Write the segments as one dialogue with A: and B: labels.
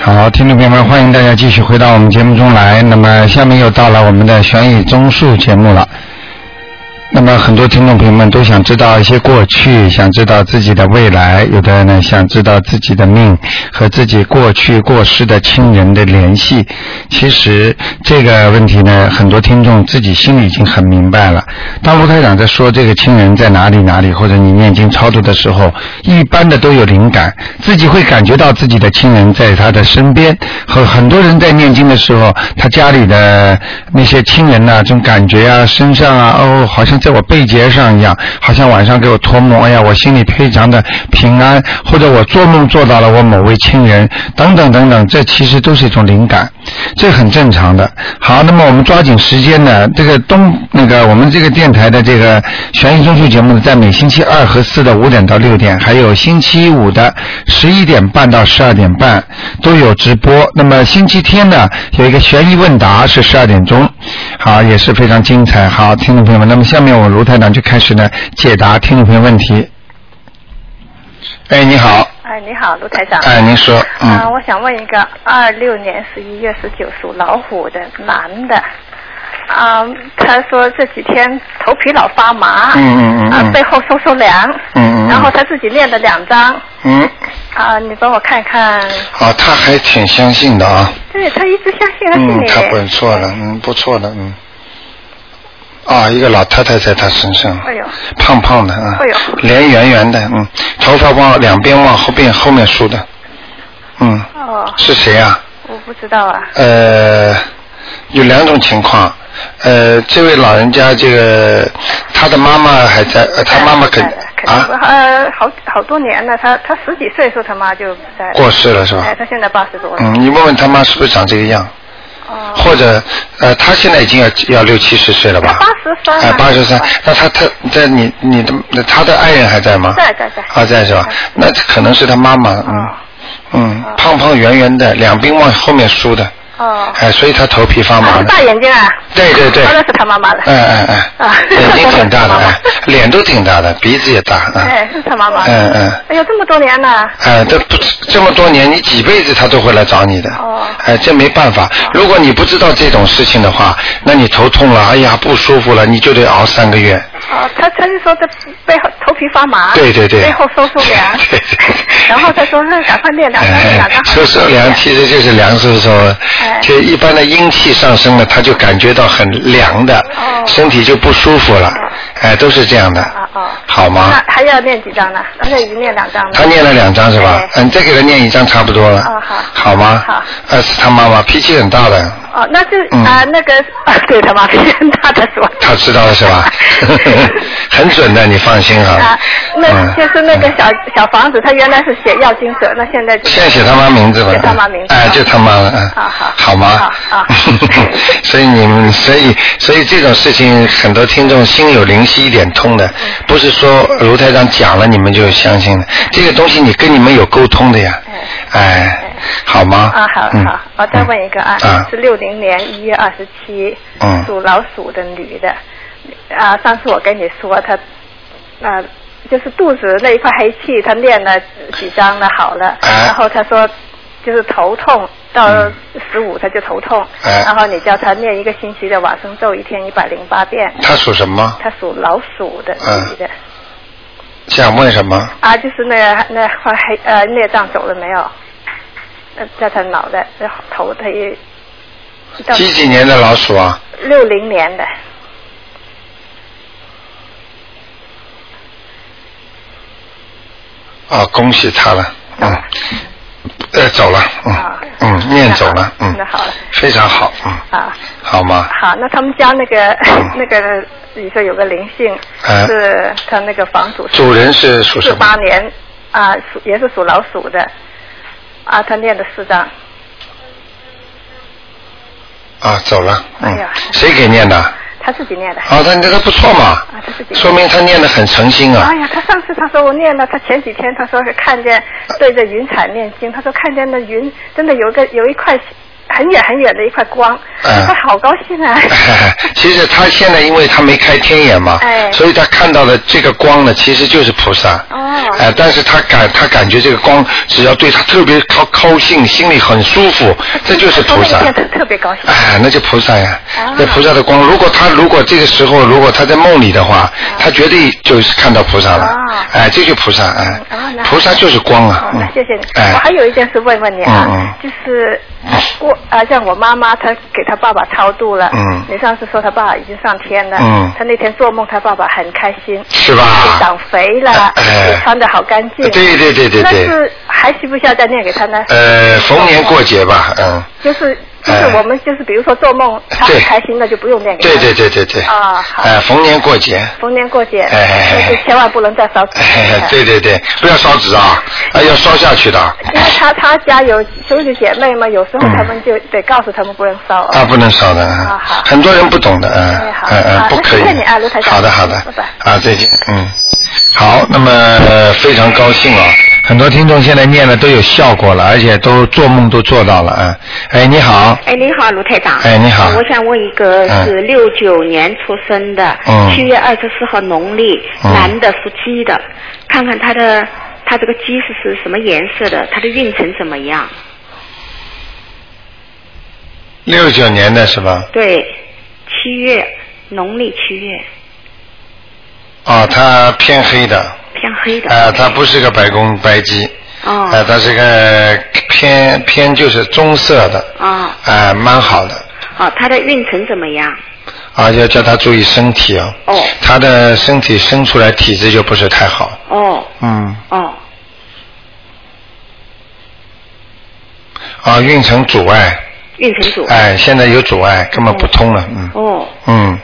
A: 好，听众朋友们，欢迎大家继续回到我们节目中来。那么，下面又到了我们的悬疑综述节目了。那么，很多听众朋友们都想知道一些过去，想知道自己的未来，有的呢想知道自己的命和自己过去过世的亲人的联系。其实这个问题呢，很多听众自己心里已经很明白了。当卢台长在说这个亲人在哪里哪里，或者你念经超度的时候，一般的都有灵感，自己会感觉到自己的亲人在他的身边。和很多人在念经的时候，他家里的那些亲人呐、这种感觉啊，身上啊，哦，好像在我背节上一样，好像晚上给我托梦，哎呀，我心里非常的平安，或者我做梦做到了我某位亲人，等等等等，这其实都是一种灵感，这很正常的。好，那么我们抓紧时间呢，这个东那个我们这个电台的这个悬疑综述节目呢，在每星期二和四的五点到六点，还有星期五的十一点半到十二点半都有直播。那么星期天呢，有一个悬疑问答是十二点钟，好，也是非常精彩。好，听众朋友们，那么下面我卢台长就开始呢解答听众朋友问题。哎，你好，
B: 哎，你好，卢台长。
A: 哎，您说，
B: 啊、
A: 嗯，
B: 我想问一个，二六年十一月十九属老虎的男的，啊、他说这几天头皮老发麻，
A: 嗯嗯嗯
B: 啊、
A: 嗯
B: 背后收收凉，
A: 嗯嗯
B: 然后他自己练了两张，
A: 嗯，
B: 啊、你帮我看看，
A: 好，他还挺相信的啊，
B: 对他一直相信他心
A: 嗯，
B: 里，
A: 他不错了，嗯，不错了，嗯，啊，一个老太太在他身上，
B: 哎呦，
A: 胖胖的啊
B: 哎呦，
A: 脸圆圆的，嗯，头发往两边往后边后面梳的，嗯，
B: 哦，
A: 是谁啊？
B: 我不知道啊，
A: 呃，有两种情况。呃，这位老人家，这个他的妈妈还在，呃、他妈妈肯
B: 不在哎了肯定不
A: 啊
B: 呃好好多年了，他他十几岁时候他妈就不在了，
A: 过世了是吧
B: 哎，？他现在八十多了，
A: 嗯，你问问他妈是不是长这个样？
B: 哦，
A: 或者呃，他现在已经要要六七十岁了吧？
B: 83
A: 哎，八十三。那他他在你你的他的爱人还在吗？
B: 在在在
A: 啊，在是吧？那可能是他妈妈，嗯、
B: 哦
A: 嗯
B: 哦，
A: 胖胖圆圆的，两鬓往后面梳的，
B: 哦，
A: 哎，所以他头皮发麻
B: 啊
A: 了。
B: 大眼睛啊，
A: 对对对。
B: 哦那是他妈妈了，
A: 哎哎
B: 啊
A: 哎，眼睛挺 大的，哎，脸都挺大的，鼻子也大，啊，
B: 哎，是他妈妈。
A: 嗯嗯，
B: 哎呦，这么多年了，
A: 哎，这不这么多年，你几辈子他都会来找你的
B: 哦，
A: 哎，这没办法。如果你不知道这种事情的话，那你头痛了，哎呀不舒服了，你就得熬三个月。
B: 哦，他他就说这背后头皮发麻，
A: 对对对，
B: 背后收缩凉
A: 对对对
B: 然后他说那赶快练两张，两
A: 哎
B: 张，
A: 收收凉其实就是凉飕飕的
B: 哎，
A: 就一般的阴气上升了，他就感觉到很凉的，
B: 哦
A: 身体就不舒服了，哎，都是这样的
B: 啊哦，
A: 好吗？
B: 那还要练几张呢？他已经练两张了。
A: 他念了两张是吧
B: 哎？
A: 嗯，再给他念一张差不多了。
B: 哦好
A: 好吗？
B: 好。
A: 呃，是他妈妈脾气很大的，
B: 哦，那就
A: 嗯
B: 啊那个啊， 对他妈脾气很大的是吧？
A: 他知道了是 吧？很准的，你放心啊。
B: 啊，那
A: 嗯
B: 就是那个小小房子，他原来是写药精者，那现在就
A: 现在写他妈名字吧。
B: 写他妈名字
A: 哎，就他妈了，嗯。
B: 好好
A: 好吗？
B: 好好
A: 所以你们，所以所以这种事情，很多听众心有灵犀一点通的，
B: 嗯
A: 不是说卢台长讲了你们就相信了，这个东西你跟你们有沟通的呀。哎，好吗？
B: 嗯啊，好
A: 嗯
B: 好，我再问一个啊
A: 啊，
B: 是六零年一月二十七
A: 嗯，
B: 属老鼠的女的，啊，上次我跟你说她，啊，就是肚子那一块黑气，她练了几张了，好了，
A: 哎嗯
B: 然后她说就是头痛，到十五她就头痛，
A: 哎
B: 然后你叫她念一个星期的往生咒，一天一百零八遍，
A: 他属什么？
B: 她属老鼠的女
A: 嗯
B: 的，
A: 想问什么？
B: 啊，就是那那块黑呃孽障走了没有？呃，在她脑袋，然后头她也。到
A: 几几年的老鼠啊？
B: 六零年的，
A: 啊，恭喜他了，嗯，呃，走了，嗯
B: 啊，
A: 嗯，念走了，嗯
B: 那好了，
A: 非常好，嗯，
B: 啊，
A: 好吗？
B: 好，那他们家那个
A: 嗯
B: 那个，你说有个灵性，
A: 哎
B: 是他那个房主
A: 主人是属
B: 四
A: 什
B: 八
A: 么？
B: 年啊，属也是属老鼠的，啊，他念的四张，
A: 啊，走了，
B: 哎
A: 嗯
B: 呀，
A: 谁给念的？啊，
B: 他自己念的，
A: 他这个不错嘛
B: 啊他自，己
A: 说明他念的很诚心啊
B: 哎。呀，他上次他说我念了，他前几天他说是看见对着云彩念经，他说看见那云真的有一个有一块很远很远的一块光，
A: 哎
B: 他好高兴啊，
A: 其实他现在因为他没开天眼嘛，
B: 哎
A: 所以他看到的这个光呢，其实就是菩萨。
B: 哦
A: 哎、但是他感他感觉这个光，只要对他特别高高兴，心里很舒服，这就是菩萨
B: 我。看那一天特别高兴。
A: 哎，那就菩萨呀
B: 啊，
A: 那菩萨的光。如果他如果这个时候如果他在梦里的话，他绝对就是看到菩萨了
B: 啊。
A: 哎，这就菩萨哎
B: 嗯啊，那
A: 菩萨就是光啊
B: 哦。，
A: 嗯
B: 那谢谢你。
A: 哎
B: 我还有一件事问问你啊，
A: 嗯嗯
B: 就是我啊，像我妈妈，她给她爸爸超度了。
A: 嗯
B: 你上次说她爸爸已经上天了。
A: 嗯
B: 她那天做梦，她爸爸很开心。
A: 是吧
B: 也长肥了，
A: 哎
B: 也穿的好干净。
A: 对对对对对
B: 但是还需不需要再念给她呢？
A: 呃，逢年过节吧，嗯，
B: 就是就是
A: 哎
B: 我们就是比如说做梦，她很
A: 对
B: 开心，那就不用念给她。
A: 对对对对对。
B: 啊好
A: 哎，逢年过节。
B: 逢年过节，
A: 哎哎哎
B: 那就千万不能再烧纸。
A: 哎，对对对，不要烧纸啊，
B: 嗯
A: 哎，要烧下去的。
B: 因为他他家有兄弟姐妹嘛，有时候
A: 嗯
B: 他们就得告诉他们不能烧哦。
A: 啊，不能烧的，
B: 啊好
A: 很多人不懂的，嗯
B: 哎好
A: 嗯嗯，
B: 好
A: 不可以
B: 谢谢你啊卢台。长
A: 好的好的
B: 拜拜，
A: 啊，再见，嗯。好，那么呃非常高兴啊，很多听众现在念了都有效果了，而且都做梦都做到了啊。哎，你好，
C: 哎，你好，卢台长。呃
A: 哎你好
C: 我想问一个
A: 嗯
C: 是六九年出生的，
A: 嗯
C: 七月二十四号农历，
A: 嗯
C: 男的属鸡的，看看他的他这个鸡是是什么颜色的，他的运程怎么样？
A: 六九年的是吧？
C: 对，七月农历七月
A: 哦，他偏黑的，
C: 偏黑的。
A: 啊，他不是个白公白鸡，
C: 哦
A: 啊，他是个偏偏就是棕色的，
C: 哦
A: 啊，蛮好的，
C: 哦，他的运程怎么样？
A: 啊，要叫他注意身体啊。
C: 哦
A: 他的身体生出来体质就不是太好。
C: 哦
A: 嗯。
C: 哦
A: 啊，运程阻碍，
C: 运程组。
A: 哎，现在有阻碍，根本不通了，嗯。
C: 哦，
A: 嗯，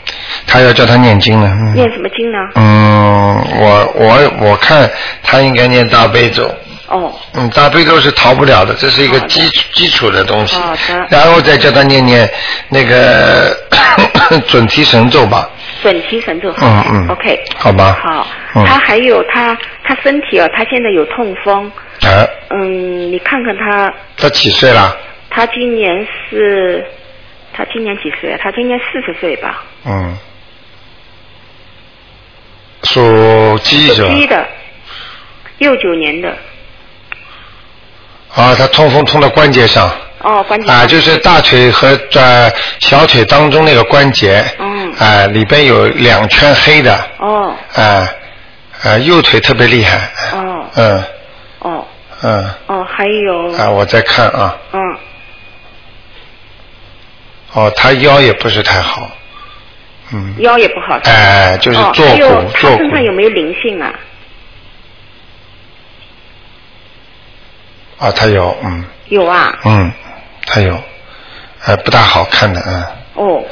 A: 他要叫他念经了。嗯。
C: 念什么经呢？
A: 嗯，我我我看他应该念大悲咒。
C: 哦
A: 嗯，大悲咒是逃不了的，这是一个
C: 好的
A: 基础基础的东西
C: 好的。
A: 然后再叫他念念那个 准提神咒吧。
C: 准提神咒。
A: 嗯嗯
C: OK。
A: 好吧
C: 好，
A: 嗯
C: 他还有他他身体哦，他现在有痛风。
A: 啊，
C: 嗯，你看看他，
A: 他几岁了？
C: 他今年是，他今年几岁啊？他今年四十岁吧？
A: 嗯，属鸡是吧？
C: 鸡的，六九年的。
A: 啊，他痛风痛到关节上，
C: 哦，关节
A: 啊，就是大腿和呃小腿当中那个关节，
C: 嗯
A: 啊，里边有两圈黑的，
C: 哦
A: 啊，啊，右腿特别厉害，
C: 哦
A: 嗯
C: 哦
A: 嗯，
C: 哦，还有
A: 啊，我再看啊，
C: 嗯
A: 哦，他腰也不是太好，嗯，
C: 腰也不好。
A: 哎就是
C: 哦
A: 坐骨
C: 还有
A: 坐
C: 他
A: 骨
C: 身上有没有灵性啊？
A: 啊，他有，嗯
C: 有啊。
A: 嗯，他有，呃，不大好看的，嗯。
C: 哦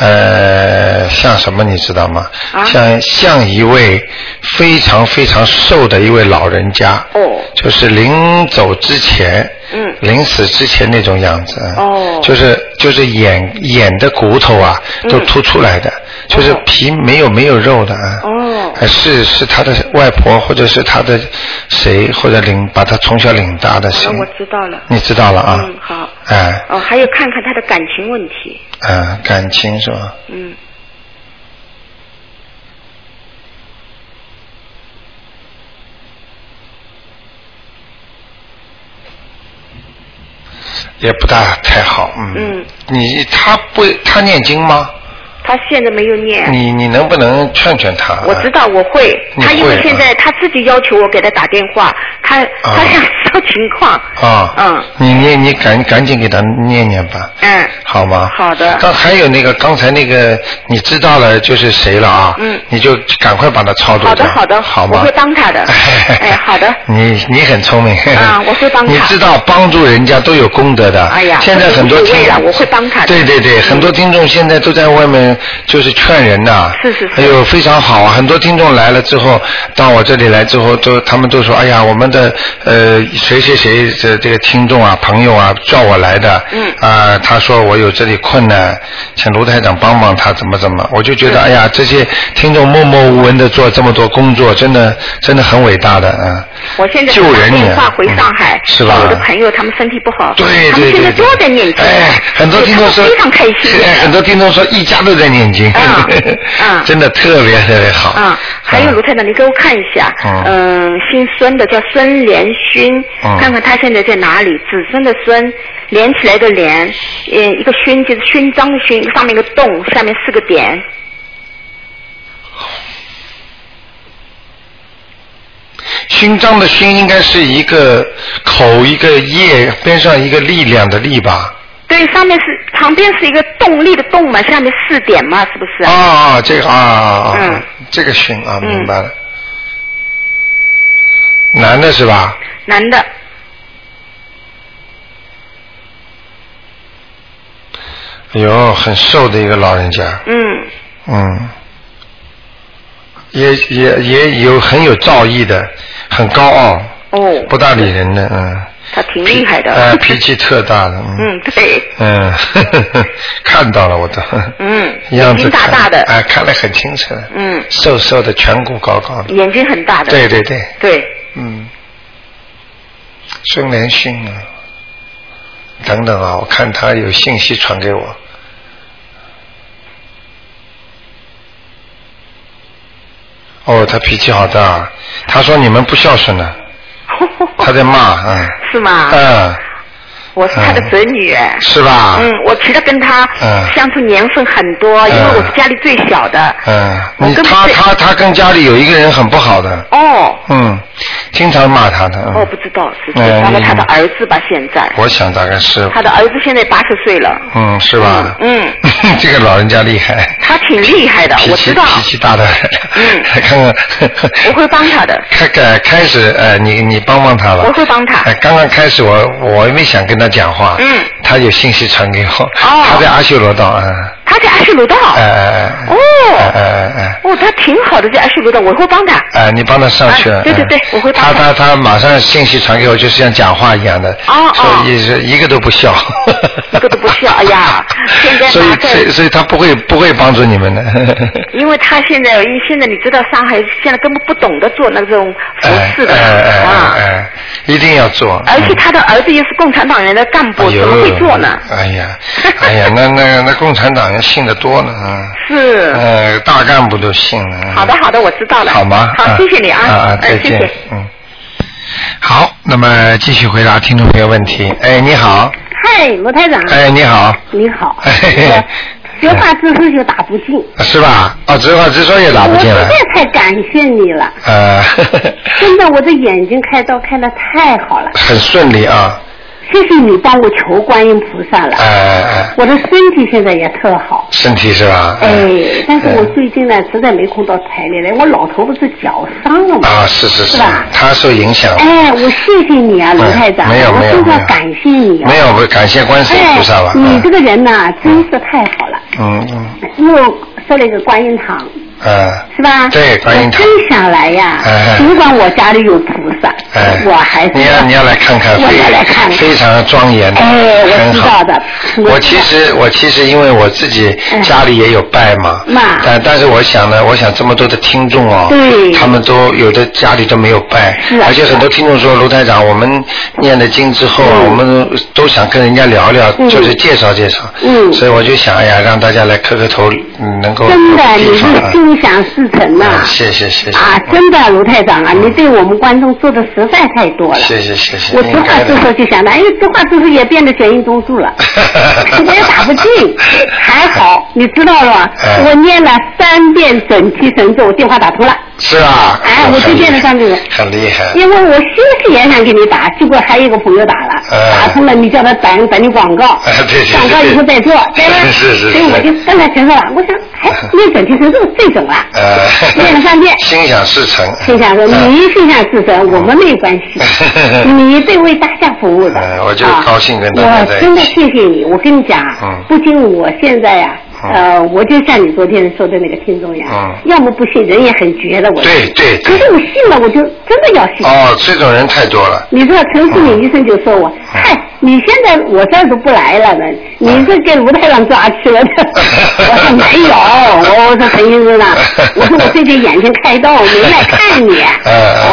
A: 呃，像什么你知道吗？
C: 啊
A: 像像一位非常非常瘦的一位老人家，
C: 哦
A: 就是临走之前，
C: 嗯
A: 临死之前那种样子，
C: 哦
A: 就是就是眼眼的骨头啊
C: 嗯
A: 都凸出来的，就是皮没有没有肉的啊，
C: 哦
A: 呃是是他的外婆或者是他的谁或者领把他从小领大的谁
C: 哦好，了我知道了
A: 你知道了啊，
C: 嗯好
A: 哎、
C: 哦，还有看看他的感情问题。
A: 嗯感情是吧？
C: 嗯
A: 也不大太好，嗯。
C: 嗯
A: 你他不他念经吗？
C: 他现在没有念。
A: 你你能不能劝劝他？
C: 嗯我知道我会，
A: 你
C: 他因
A: 会啊
C: 为现在他自己要求我给他打电话，他、他想知道情况。
A: 啊。
C: 嗯。
A: 你你你赶赶紧给他念念吧。
C: 嗯
A: 好吗？
C: 好的
A: 刚还有那个刚才那个你知道了就是谁了啊？
C: 嗯
A: 你就赶快把他超度
C: 好的
A: 掉
C: 好的
A: 好吗？
C: 我会帮他的 哎好的
A: 你你很聪明。
C: 啊我会帮 他
A: 你知道帮助人家都有功德的。
C: 哎呀
A: 现在很多
C: 无所
A: 听
C: 谓了我会帮他的
A: 对对对，
C: 嗯
A: 很多听众现在都在外面就是劝人呐、
C: 是是是
A: 哎呦，非常好啊！很多听众来了之后，到我这里来之后，都他们都说，哎呀，我们的呃谁谁谁这这个听众啊、朋友啊叫我来的，
C: 嗯
A: 啊、他说我有这里困难，请卢台长帮帮他，怎么怎么，我就觉得，哎呀，这些听众默默无闻的做这么多工作，真的真的很伟大的，嗯、
C: 我现在
A: 救人
C: 打
A: 也
C: 电话回上海，
A: 是吧
C: 我的朋友他们身体不好，
A: 对对对，
C: 他们现在
A: 对
C: 都在念经，
A: 哎，很多
C: 对
A: 听
C: 他
A: 众
C: 们
A: 说
C: 非常开心
A: 哎，很多听众说一家都在念经，
C: 嗯嗯
A: 真的特别特别好。
C: 啊，还有卢台长，你给我看一下，
A: 嗯
C: 嗯，姓孙的叫孙连勋，
A: 嗯
C: 看看他现在在哪里？子孙的孙，连起来的连，嗯，一个勋就是勋章的勋，上面一个洞，下面四个点，
A: 勋章的勋应该是一个口一个叶边上一个力量的力吧？
C: 对，上面是旁边是一个动力的动嘛，下面四点嘛，是不是？
A: 啊啊，这个啊啊，啊
C: 嗯
A: 这个勋啊，
C: 嗯
A: 明白了。男的是吧？
C: 男的，
A: 哎呦，很瘦的一个老人家。
C: 嗯，
A: 嗯，也也也有很有造诣的，很高傲，
C: 哦，
A: 不大理人的，嗯。
C: 他挺厉害的，
A: 脾呃，脾气特大的，嗯。
C: 嗯，对，
A: 嗯， 呵呵呵看到了我都。
C: 嗯
A: 样子
C: 眼睛大大的
A: 看哎、看得很清楚。
C: 嗯，
A: 瘦瘦的，颧骨高高的。
C: 眼睛很大的，
A: 对对对，
C: 对，
A: 嗯。孙连勋啊，等等啊，我看他有信息传给我。哦，他脾气好大啊，他说你们不孝顺呢、他在骂，嗯，
C: 是吗？
A: 嗯，
C: 我是他的侄女，哎
A: 是吧？
C: 嗯，我其实跟他
A: 嗯
C: 相处年份很多，因为我是家里最小的。
A: 嗯，呃你
C: 我跟
A: 他
C: 对
A: 他他跟家里有一个人很不好的，
C: 哦，
A: 嗯，经常骂他的。嗯
C: 我哦不知道是谁，
A: 嗯
C: 大概他的儿子吧，现在
A: 我想大概是，
C: 他的儿子现在八十岁了。
A: 嗯，是吧？
C: 嗯，
A: 这个老人家厉害，
C: 他挺厉害的，
A: 脾
C: 我
A: 气
C: 知道，
A: 脾气大的，
C: 嗯
A: 看看，
C: 我会帮他的。
A: 开开开始，呃，你你帮帮他吧。
C: 我会帮他
A: 哎，刚刚开始我我也没想跟他讲话，
C: 嗯，哦
A: 他有信息传给我，他在阿修罗道，嗯，
C: 他在阿修罗道。
A: 哎哎哎，
C: 哦
A: 哎哎哎哎。
C: 哦，他挺好的，在阿修罗道，我会帮他。
A: 哎，你帮他上去。
C: 哎对对对
A: 嗯
C: 我会帮
A: 他他
C: 他
A: 他马上信息传给我，就是像讲话一样的。
C: 哦哦
A: 所以是一个都不笑。
C: 一个都不笑哎呀现在
A: 所以
C: 马上
A: 所以所以他不会不会帮助你们的。
C: 因为他现在，因为现在你知道上海现在根本不懂得做那种服
A: 哎
C: 饰的
A: 哎哎哎
C: 啊，
A: 哎，一定要做。嗯
C: 而且他的儿子又是共产党人的干部，
A: 嗯哎呦
C: 怎么会做呢？
A: 哎呀，哎呀，那那那共产党人信的多呢，嗯，
C: 是。
A: 呃，大干部都信了。嗯
C: 好的，好的，我知道了。
A: 好吗？
C: 好，谢谢你啊。
A: 啊啊，再
C: 嗯，谢
A: 见。
C: 谢。
A: 嗯。好，那么继续回答听众朋友问题。哎，你好。
D: 嗨，罗台长，
C: 嗯
A: 哎，你好，
D: 你好。
A: 嘿嘿嘿
D: 我学话之后就打不进，
A: 是吧？哦，直话直说也打不
D: 我
A: 进
D: 实
A: 来
C: 嗯
D: 在。太感谢你了，
A: 呃，
D: 真的，我的眼睛开刀开的太好了，
A: 很顺利啊，
D: 谢谢你帮我求观音菩萨了。
A: 哎哎哎，
D: 我的身体现在也特好，
A: 身体是吧？
D: 哎，但是我
A: 嗯
D: 最近呢，实在没空到台里来，我老头不是脚伤了吗？
A: 啊，是是是
D: 是吧，
A: 他受影响，嗯
D: 哎，我谢谢你啊，罗台长，
A: 没有
D: 我
A: 没有
D: 真
A: 没
D: 的
A: 有
D: 感谢你啊。
A: 没有不感谢观世音
D: 哎
A: 菩萨吧？，
D: 你这
A: 嗯
D: 个人呐、真是太好了，
A: 嗯嗯
D: 又设了一个观音堂，
A: 呃
D: 是吧？
A: 对观音堂
D: 我真想来呀
A: 哎，
D: 尽管我家里有菩萨，
A: 哎，
D: 我还是
A: 你要你要来看看，
D: 我
A: 非
D: 要来看看。
A: 非常庄严的，
D: 哎，我
A: 很
D: 知
A: 好
D: 道的。
A: 我其实我其实因为我自己
D: 嗯
A: 家里也有拜嘛，
D: 嘛
A: 但但是我想呢，我想这么多的听众哦，
D: 对
A: 他们都有的家里都没有拜，
D: 是啊
A: 而且很多听众说卢台长，我们念了经之后，
D: 嗯
A: 我们都想跟人家聊聊，
D: 嗯
A: 就是介绍介绍，
D: 嗯
A: 所以我就想哎呀，让大家来磕磕头，嗯能够
D: 真的，
A: 有
D: 你
A: 地
D: 是
A: 方啊
D: 心想事成呐、
A: 嗯谢谢谢谢嗯
D: 啊，真的，卢台长啊，你对我们观众做的实在太多了。
A: 谢谢谢谢，
D: 我
A: 应
D: 直话
A: 该
D: 直
A: 的
D: 说就想到，哎，直话直说也变得卷音中 柱了，我也打不进，还好，你知道了吧
A: 哎，
D: 我念了三遍整体神咒，我电话打通了，
A: 是吧？
D: 哎我就见了上这个
A: 很厉害，
D: 因为我心里也想给你打，结果还有一个朋友打了，
A: 哎
D: 打通了，你叫他等等你广告
A: 哎对对，
D: 广告以后再做，对吧？
A: 是是是
D: 所以我就刚才觉得了，我想，哎，念整体神咒最准了，
A: 呃，，
D: 念了三遍
A: 心想事成，
D: 心想说
A: 嗯，
D: 你心想事成，我们没有关系 你对为大家服务的，
A: 哎我就
D: 啊
A: 高兴跟大家在一起
D: 我真的谢谢你，我跟你讲啊
A: 嗯，
D: 不仅我现在呀，
A: 嗯
D: 呃，我就像你昨天说的那个听众呀
A: 嗯，
D: 要么不信，人也很绝的，我。
A: 对对对
D: 可
A: 哦
D: 是，我信了，我就真的要信。
A: 哦，这种人太多了，哎
D: 你知道陈思敏医生就说我，嗨，你现在我这儿都不来了呢，你这给卢台长抓 去了的。我说没有，我我说陈医 生啊，我说我最近眼睛开刀，没来看你。
A: 嗯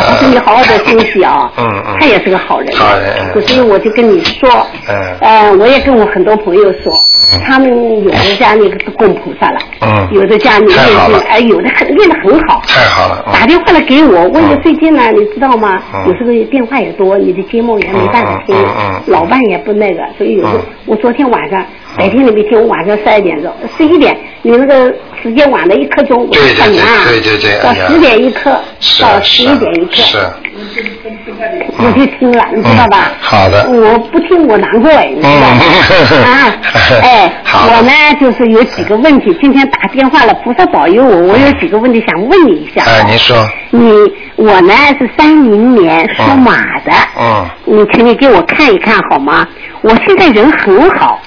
D: 我说你好好的休息啊。
A: 嗯嗯
D: 他也是个好人。
A: 好人嗯
D: 所以我就跟你说。
A: 嗯
D: 呃，我也跟我很多朋友说
A: 嗯，
D: 他们有的家里是供菩萨了，
A: 嗯
D: 有的家里念
A: 太好
D: 经
A: 了，
D: 哎，有的很念得很好。
A: 太好了，
D: 打
A: 嗯
D: 电话来给我，问你最近呢，你知道吗
A: 嗯？
D: 有时候电话也多，你的节目也没办法听
A: 嗯嗯嗯，嗯
D: 老伴也不那个，所以有时候
A: 嗯
D: 我昨天晚上白天你没听，我晚上十二点钟、十一点，你那个时间晚了一刻钟，我
A: 对对
D: 看你啊，
A: 对对对对
D: 到
A: 哎呀
D: 十点一刻
A: 是
D: 到
A: 是
D: 十一点一刻，
A: 是，啊
D: 我就听了，你知道吧
A: 嗯？好的
D: 我不听我难过，哎你知道吧
A: 嗯
D: 啊，哎，
A: 好
D: 我呢就是有几个问题，今天打电话了，菩萨保佑我，我有几个问题想问你一下。
A: 哎，您说，
D: 你我呢是三零年属马的，
A: 嗯
D: 你请你给我看一看好吗？我现在人很好，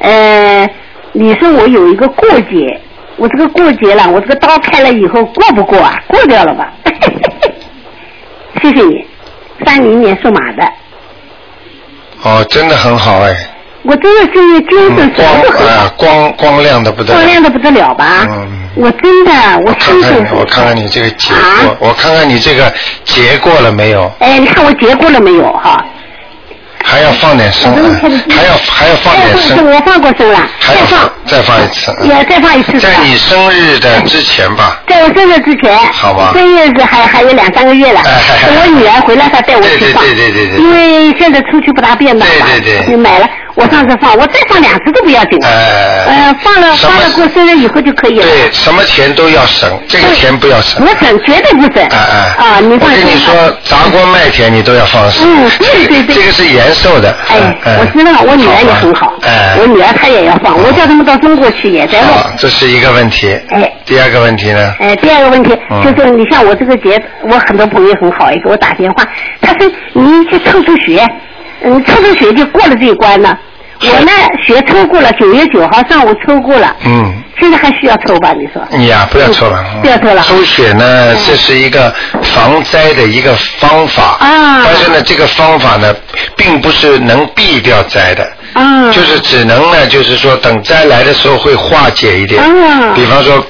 D: 呃，你说我有一个过节，我这个过节了，我这个刀开了以后过不过啊？过掉了吧？ 谢谢你，三零年属马的，
A: 哦，真的很好哎，
D: 我真的是
A: 嗯
D: 精神神
A: 光
D: 不很
A: 啊
D: 好，
A: 光光亮的不得
D: 光
A: 了
D: 亮。啊的不得了吧？
A: 嗯
D: 我真的我
A: 我看
D: 心
A: 看
D: 情
A: 你，我看看你这个结
D: 啊
A: 过，我看看你这个结过了没有？
D: 哎，你看我结过了没有哈？
A: 还要放点声，哎
D: 我刚才的
A: 还要还要放
D: 哎，
A: 点
D: 放
A: 声，
D: 我放过声了，
A: 还
D: 再
A: 要
D: 放
A: 放。再放一次，嗯
D: 也再放一次吧
A: 在你生日的之前吧。
D: 在我生日之前，
A: 好吧
D: 正月是还还有两三个月了，
A: 哎
D: 等我女儿回来她带我去放，
A: 对对对对对对
D: 因为现在出去不大便当嘛，
A: 对对对
D: 就买了。我上次放，我再放两次都不要紧，
A: 呃
D: 呃，放了
A: 什
D: 放
A: 么
D: 了过生日以后就可以了。
A: 对，什么钱都要省，这个钱不要省
D: 我。省绝对不省。
A: 哎哎，
D: 啊，你
A: 我
D: 放
A: 跟
D: 心
A: 你
D: 吧。
A: 说，砸锅卖铁你都要放手。
D: 嗯对对对
A: 这个是延寿的。
D: 哎，
A: 嗯
D: 我知道，我女儿也很好，
A: 哎，
D: 我女儿她也要放，我叫他们到中国去也在
A: 嗯好
D: 弄。，
A: 这是一个问题。
D: 哎
A: 第二个问题呢？
D: 哎，第二个问题
A: 嗯
D: 就是，你像我这个节，我很多朋友很好，也给我打电话，他说你去抽抽血，嗯，抽抽血就过了这一关了。
A: 是
D: 我呢，血抽过了，九月九号上午抽过了，
A: 嗯，
D: 现在还需要抽吧？你说？
A: 你呀、不要抽了，嗯
D: 不要抽了嗯
A: 抽血呢，这是一个防灾的一个方法。
D: 啊
A: 但是呢，这个方法呢，并不是能避掉灾的。
D: 嗯，
A: 就是只能呢，就是说等灾来的时候会化解一点。
D: 嗯
A: 比方说，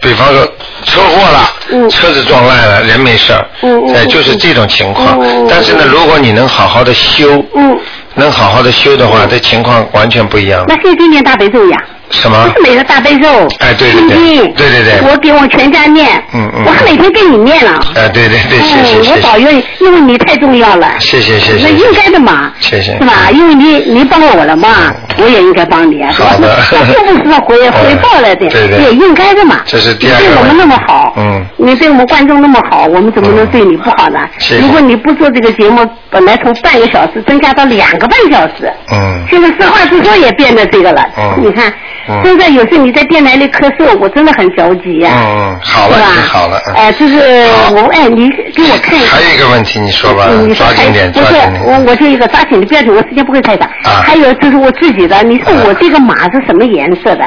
A: 比方说车祸了，
D: 嗯
A: 车子撞烂了，人没事儿，
D: 嗯嗯
A: 哎，
D: 嗯
A: 就是这种情况。
D: 嗯嗯
A: 但是呢，如果你能好好的修，
D: 嗯，
A: 能好好的修的话，这情况完全不一样。
D: 那现在念大悲咒呀？
A: 什
D: 不
A: 么
D: 是？每个大悲咒，
A: 啊哎对对
D: 心
A: 对
D: 经，
A: 对对对
D: 我给我全家念，
A: 嗯嗯
D: 我还每天给你念了，
A: 哎，对对对，谢谢
D: 嗯，
A: 谢
D: 我保
A: 谢，
D: 佑你，因为你太重要了，
A: 谢谢谢谢
D: 那，应该的嘛，
A: 谢谢
D: 是吧？因为你你帮我了嘛，我也应该帮你啊，是吧
A: 嗯好的嗯
D: 那就是说 回回报了的，
A: 对对
D: 也应该的嘛。
A: 这是第二个
D: 你对我们那么好，
A: 嗯
D: 你对我们观众那么好，我们怎么
A: 嗯
D: 能对你不好呢？
A: 谢谢
D: 如果你不做这个节目，本来从半个小时增加到两个半小时，
A: 嗯，
D: 现在实话实说也变得这个了。
A: 嗯
D: 你看
A: 嗯，
D: 现在有时候你在电台里咳嗽，我真的很着急呀、
A: 嗯嗯好了
D: 啊是吧
A: 你好了嗯
D: 哎，就是
A: 好
D: 我哎，你给我看一下
A: 还。有一个问题，你说吧
D: 嗯，你说
A: 抓紧点，
D: 不
A: 抓
D: 是
A: 紧
D: 我，
A: 点。
D: 我这一个抓紧的，不要紧，我时间不会太长。
A: 啊
D: 还有就是我自己的，你说
A: 啊
D: 我这个马是什么颜色的？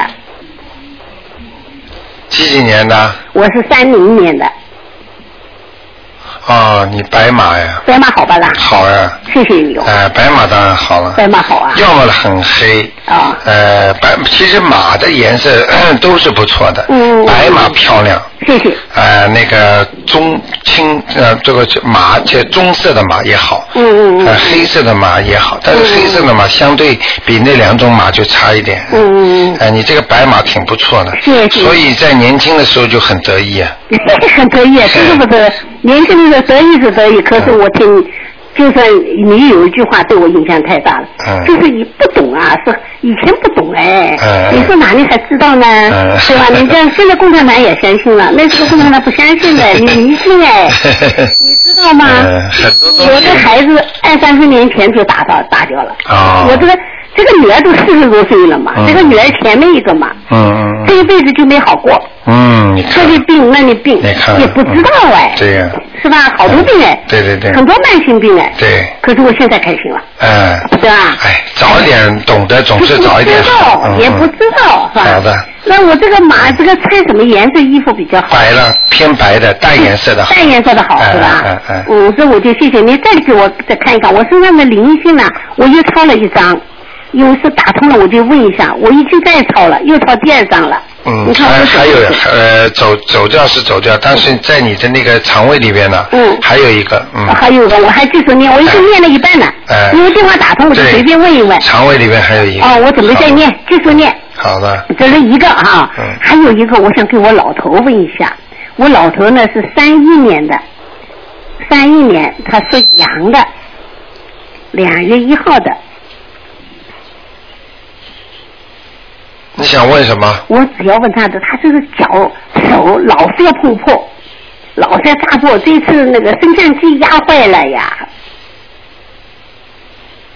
A: 几几年的？
D: 我是三零年的，
A: 哦，你白马呀，
D: 白马好吧啦？
A: 好呀。
D: 谢谢你哦，
A: 呃，白马当然好了，
D: 白马好啊。
A: 要么很黑，
D: 啊
A: 呃，白其实马的颜色 咳都是不错的，
D: 嗯
A: 白马漂亮，
D: 谢谢。
A: 呃，那个棕青呃这个马且棕色的马也好，
D: 嗯嗯嗯
A: 呃，黑色的马也好，但是黑色的马相对比那两种马就差一点，
D: 嗯嗯嗯
A: 呃，你这个白马挺不错的，
D: 谢谢
A: 所以在年轻的时候就很得意 啊，
D: 很得意，真是不得年轻的时候得意是得意，可是
A: 嗯
D: 我听，就算你有一句话对我影响太大了，
A: 嗯
D: 就是你不懂啊，是以前不懂哎，
A: 嗯
D: 你说哪里还知道呢，
A: 嗯
D: 对吧？你这样现在共产党也相 信了，那时候共产党不相信的，你迷信哎，你知道吗？
A: 嗯很多东西
D: 有的孩子二三十年前就打到打掉了，
A: 啊
D: 我这个这个女儿都四十多岁了嘛，
A: 嗯
D: 这个女儿前面一个嘛，
A: 嗯
D: 这一辈子就没好过，
A: 嗯，你
D: 这
A: 看，
D: 里病那里病
A: 你看，
D: 也不知道哎，
A: 对呀、
D: 是吧？好多病哎，
A: 对对对
D: 很多慢性病哎，
A: 对，
D: 可是我现在开心了，
A: 嗯，
D: 对吧？
A: 哎，早点懂得总是早一点
D: 不知
A: 好，
D: 道
A: 嗯
D: 也不
A: 嗯
D: 知道，是吧？
A: 好的。
D: 那我这个马，这个穿什么颜色衣服比较好？
A: 白了，偏白的，淡颜色的好。
D: 淡颜色的好，
A: 哎
D: 是
A: 哎
D: 吧
A: 哎哎？
D: 嗯，这我就谢谢你，再给我再看一看，我身上的灵性呢，啊我又抄了一张，有时打通了我就问一下，我已经再抄了，又抄第二张了。
A: 嗯，
D: 你看
A: 还
D: 我
A: 还
D: 怎
A: 有
D: 么
A: 呃，走走掉是走掉，但是在你的那个肠胃里边呢，
D: 嗯
A: 还有一个，嗯，
D: 还有一个哎我还继续念，我已经念了一半了
A: 哎，
D: 因为电话打通我就
A: 对
D: 随便问一问。
A: 肠胃里边还有一个。
D: 哦，我准备再念，继续念。嗯
A: 好。好的，
D: 这是一个啊，
A: 嗯
D: 还有一个我想给我老头问一下，我老头呢是三一年的，三一年他是阳的，两月一号的，
A: 你想问什么？
D: 我只要问他的，他这个脚手老是要碰破，老是要扎破，这次那个升降机压坏了呀，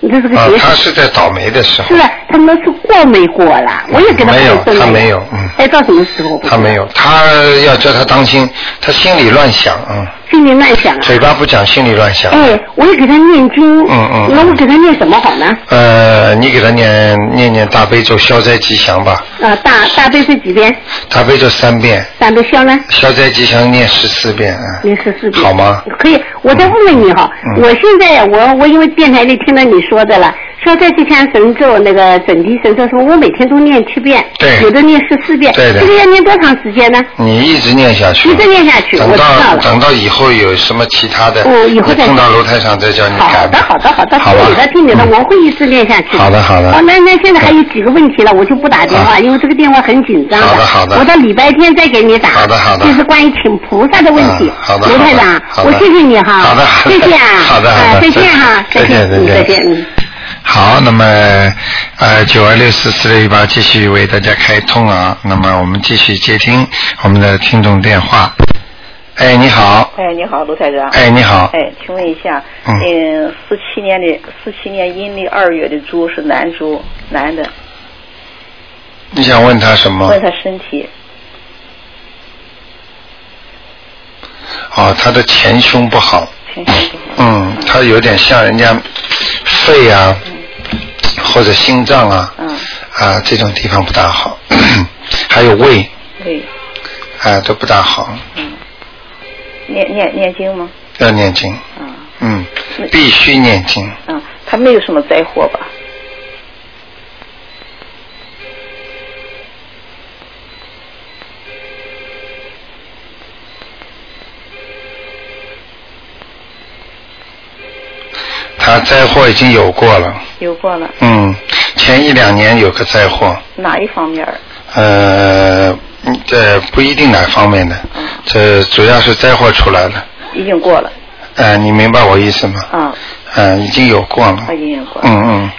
D: 你这是个
A: 啊
D: 学，
A: 他是在倒霉的时候
D: 是，啊，他们是过没过了？我也给他
A: 没有
D: 问过了
A: 他没有嗯
D: 哎，到什么时候？
A: 他没有，他要叫他当心，他心里乱想，嗯，
D: 心里乱想啊。
A: 嘴巴不讲，心里乱想。
D: 哎，我也给他念经。
A: 嗯嗯
D: 那我给他念什么好呢？
A: 呃，你给他念念念大悲咒消灾吉祥吧，
D: 啊，大大悲是几遍？
A: 大悲咒三遍，
D: 大悲消呢？
A: 消灾吉祥念十四遍，嗯，
D: 念十四遍。
A: 好吗？
D: 可以，我再问问你哈，
A: 嗯
D: 我现在我我因为电台里听到你说的了，说在吉祥神咒那个整体神咒什么，我每天都念七遍，
A: 对
D: 有的念十四遍，
A: 对的
D: 这个要念多长时间呢？
A: 你一直念下去。
D: 一直念下去，我
A: 等
D: 知道
A: 到
D: 了。
A: 等到以后有什么其他的，
D: 嗯以后
A: 你
D: 再
A: 碰到楼台上再叫你嗯改
D: 好的，
A: 吧。
D: 好的，好的，
A: 好
D: 听你
A: 吧
D: 的，听你的，
A: 嗯
D: 我会一直念下去。
A: 好的好的
D: 哦，那那现在还有几个问题了，我就不打电话，
A: 啊
D: 因为这个电话很紧张啊
A: 好的好的
D: 我到礼拜天再给你打。
A: 好的好的
D: 就是关于请菩萨的问题。
A: 嗯好的
D: 卢台长，
A: 好的
D: 我谢谢你哈。
A: 好的好的
D: 谢谢啊。
A: 好的好的
D: 啊再见哈。
A: 再见
D: 嗯
A: 再见
D: 再见。嗯。
A: 好，那么呃九二六四四六一八继续为大家开通啊，那么我们继续接听我们的听众电话。哎，你好，
E: 哎，你好，卢台长。
A: 哎，你好，
E: 哎，请问一下，
A: 嗯
E: 嗯，四七年的四七年阴历二月的猪是男猪，男的，
A: 你想问他什么？
E: 问他身体，
A: 哦，他的前胸不好，
E: 前胸不好，
A: 嗯，他有点像人家肺啊，或者心脏啊，
E: 嗯，
A: 啊这种地方不大好， 还有胃
E: 对，
A: 啊都不大好，
E: 嗯，念念念经吗？
A: 要念经，
E: 啊
A: 嗯
E: 那，
A: 必须念经，
E: 啊，他没有什么灾祸吧？
A: 他灾祸已经有过了，
E: 有过了，
A: 嗯，前一两年有个灾祸，
E: 哪一方面儿？
A: 呃，嗯这不一定哪方面的，
E: 啊，
A: 这主要是灾祸出来了，
E: 已经过了，
A: 呃，你明白我意思吗？
E: 啊，
A: 嗯，已经有过了
E: 他，已经过了，
A: 嗯嗯。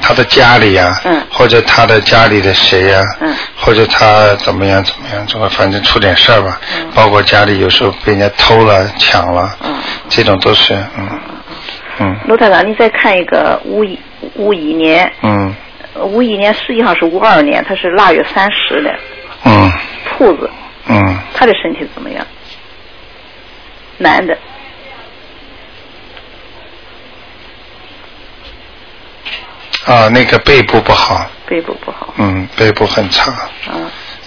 A: 他的家里呀、
E: 嗯
A: 或者他的家里的谁呀、
E: 嗯
A: 或者他怎么样怎么样，怎么反正出点事儿吧，
E: 嗯
A: 包括家里有时候被人家偷了、抢了，
E: 嗯
A: 这种都是，嗯嗯
E: 卢台长，你再看一个五一五一年，
A: 嗯
E: 五一年实际上是五二年，他是腊月三十的
A: 嗯
E: 兔子，
A: 嗯，
E: 他的身体怎么样？男的，
A: 啊，那个背部不好，
E: 背部不好，
A: 嗯，背部很差，
E: 啊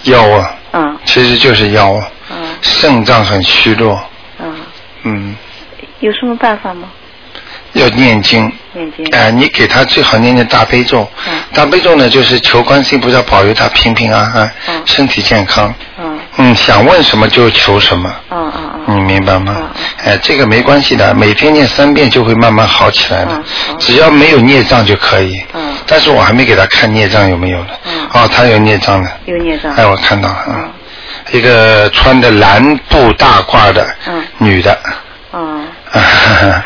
A: 腰啊，
E: 啊
A: 其实就是腰啊，
E: 啊
A: 肾脏很虚弱，
E: 啊！
A: 嗯，
E: 有什么办法吗？
A: 要念经。
E: 念经
A: 哎、你给他最好念念大悲咒。
E: 嗯
A: 大悲咒呢，就是求观世音菩萨保佑他平平安安，
E: 嗯
A: 身体健康。
E: 啊
A: 嗯，想问什么就求什么，
E: 啊啊
A: 你
E: 啊！
A: 明白吗？
E: 嗯
A: 哎、这个没关系的，每天念三遍就会慢慢好起来的，
E: 嗯好
A: 只要没有孽障就可以。
E: 嗯
A: 但是我还没给他看孽障有没有呢。
E: 嗯
A: 哦，他有孽障的。
E: 有孽障
A: 哎，我看到了，嗯，一个穿的蓝布大褂的、
E: 嗯
A: 女的， 嗯
E: 啊！
B: 啊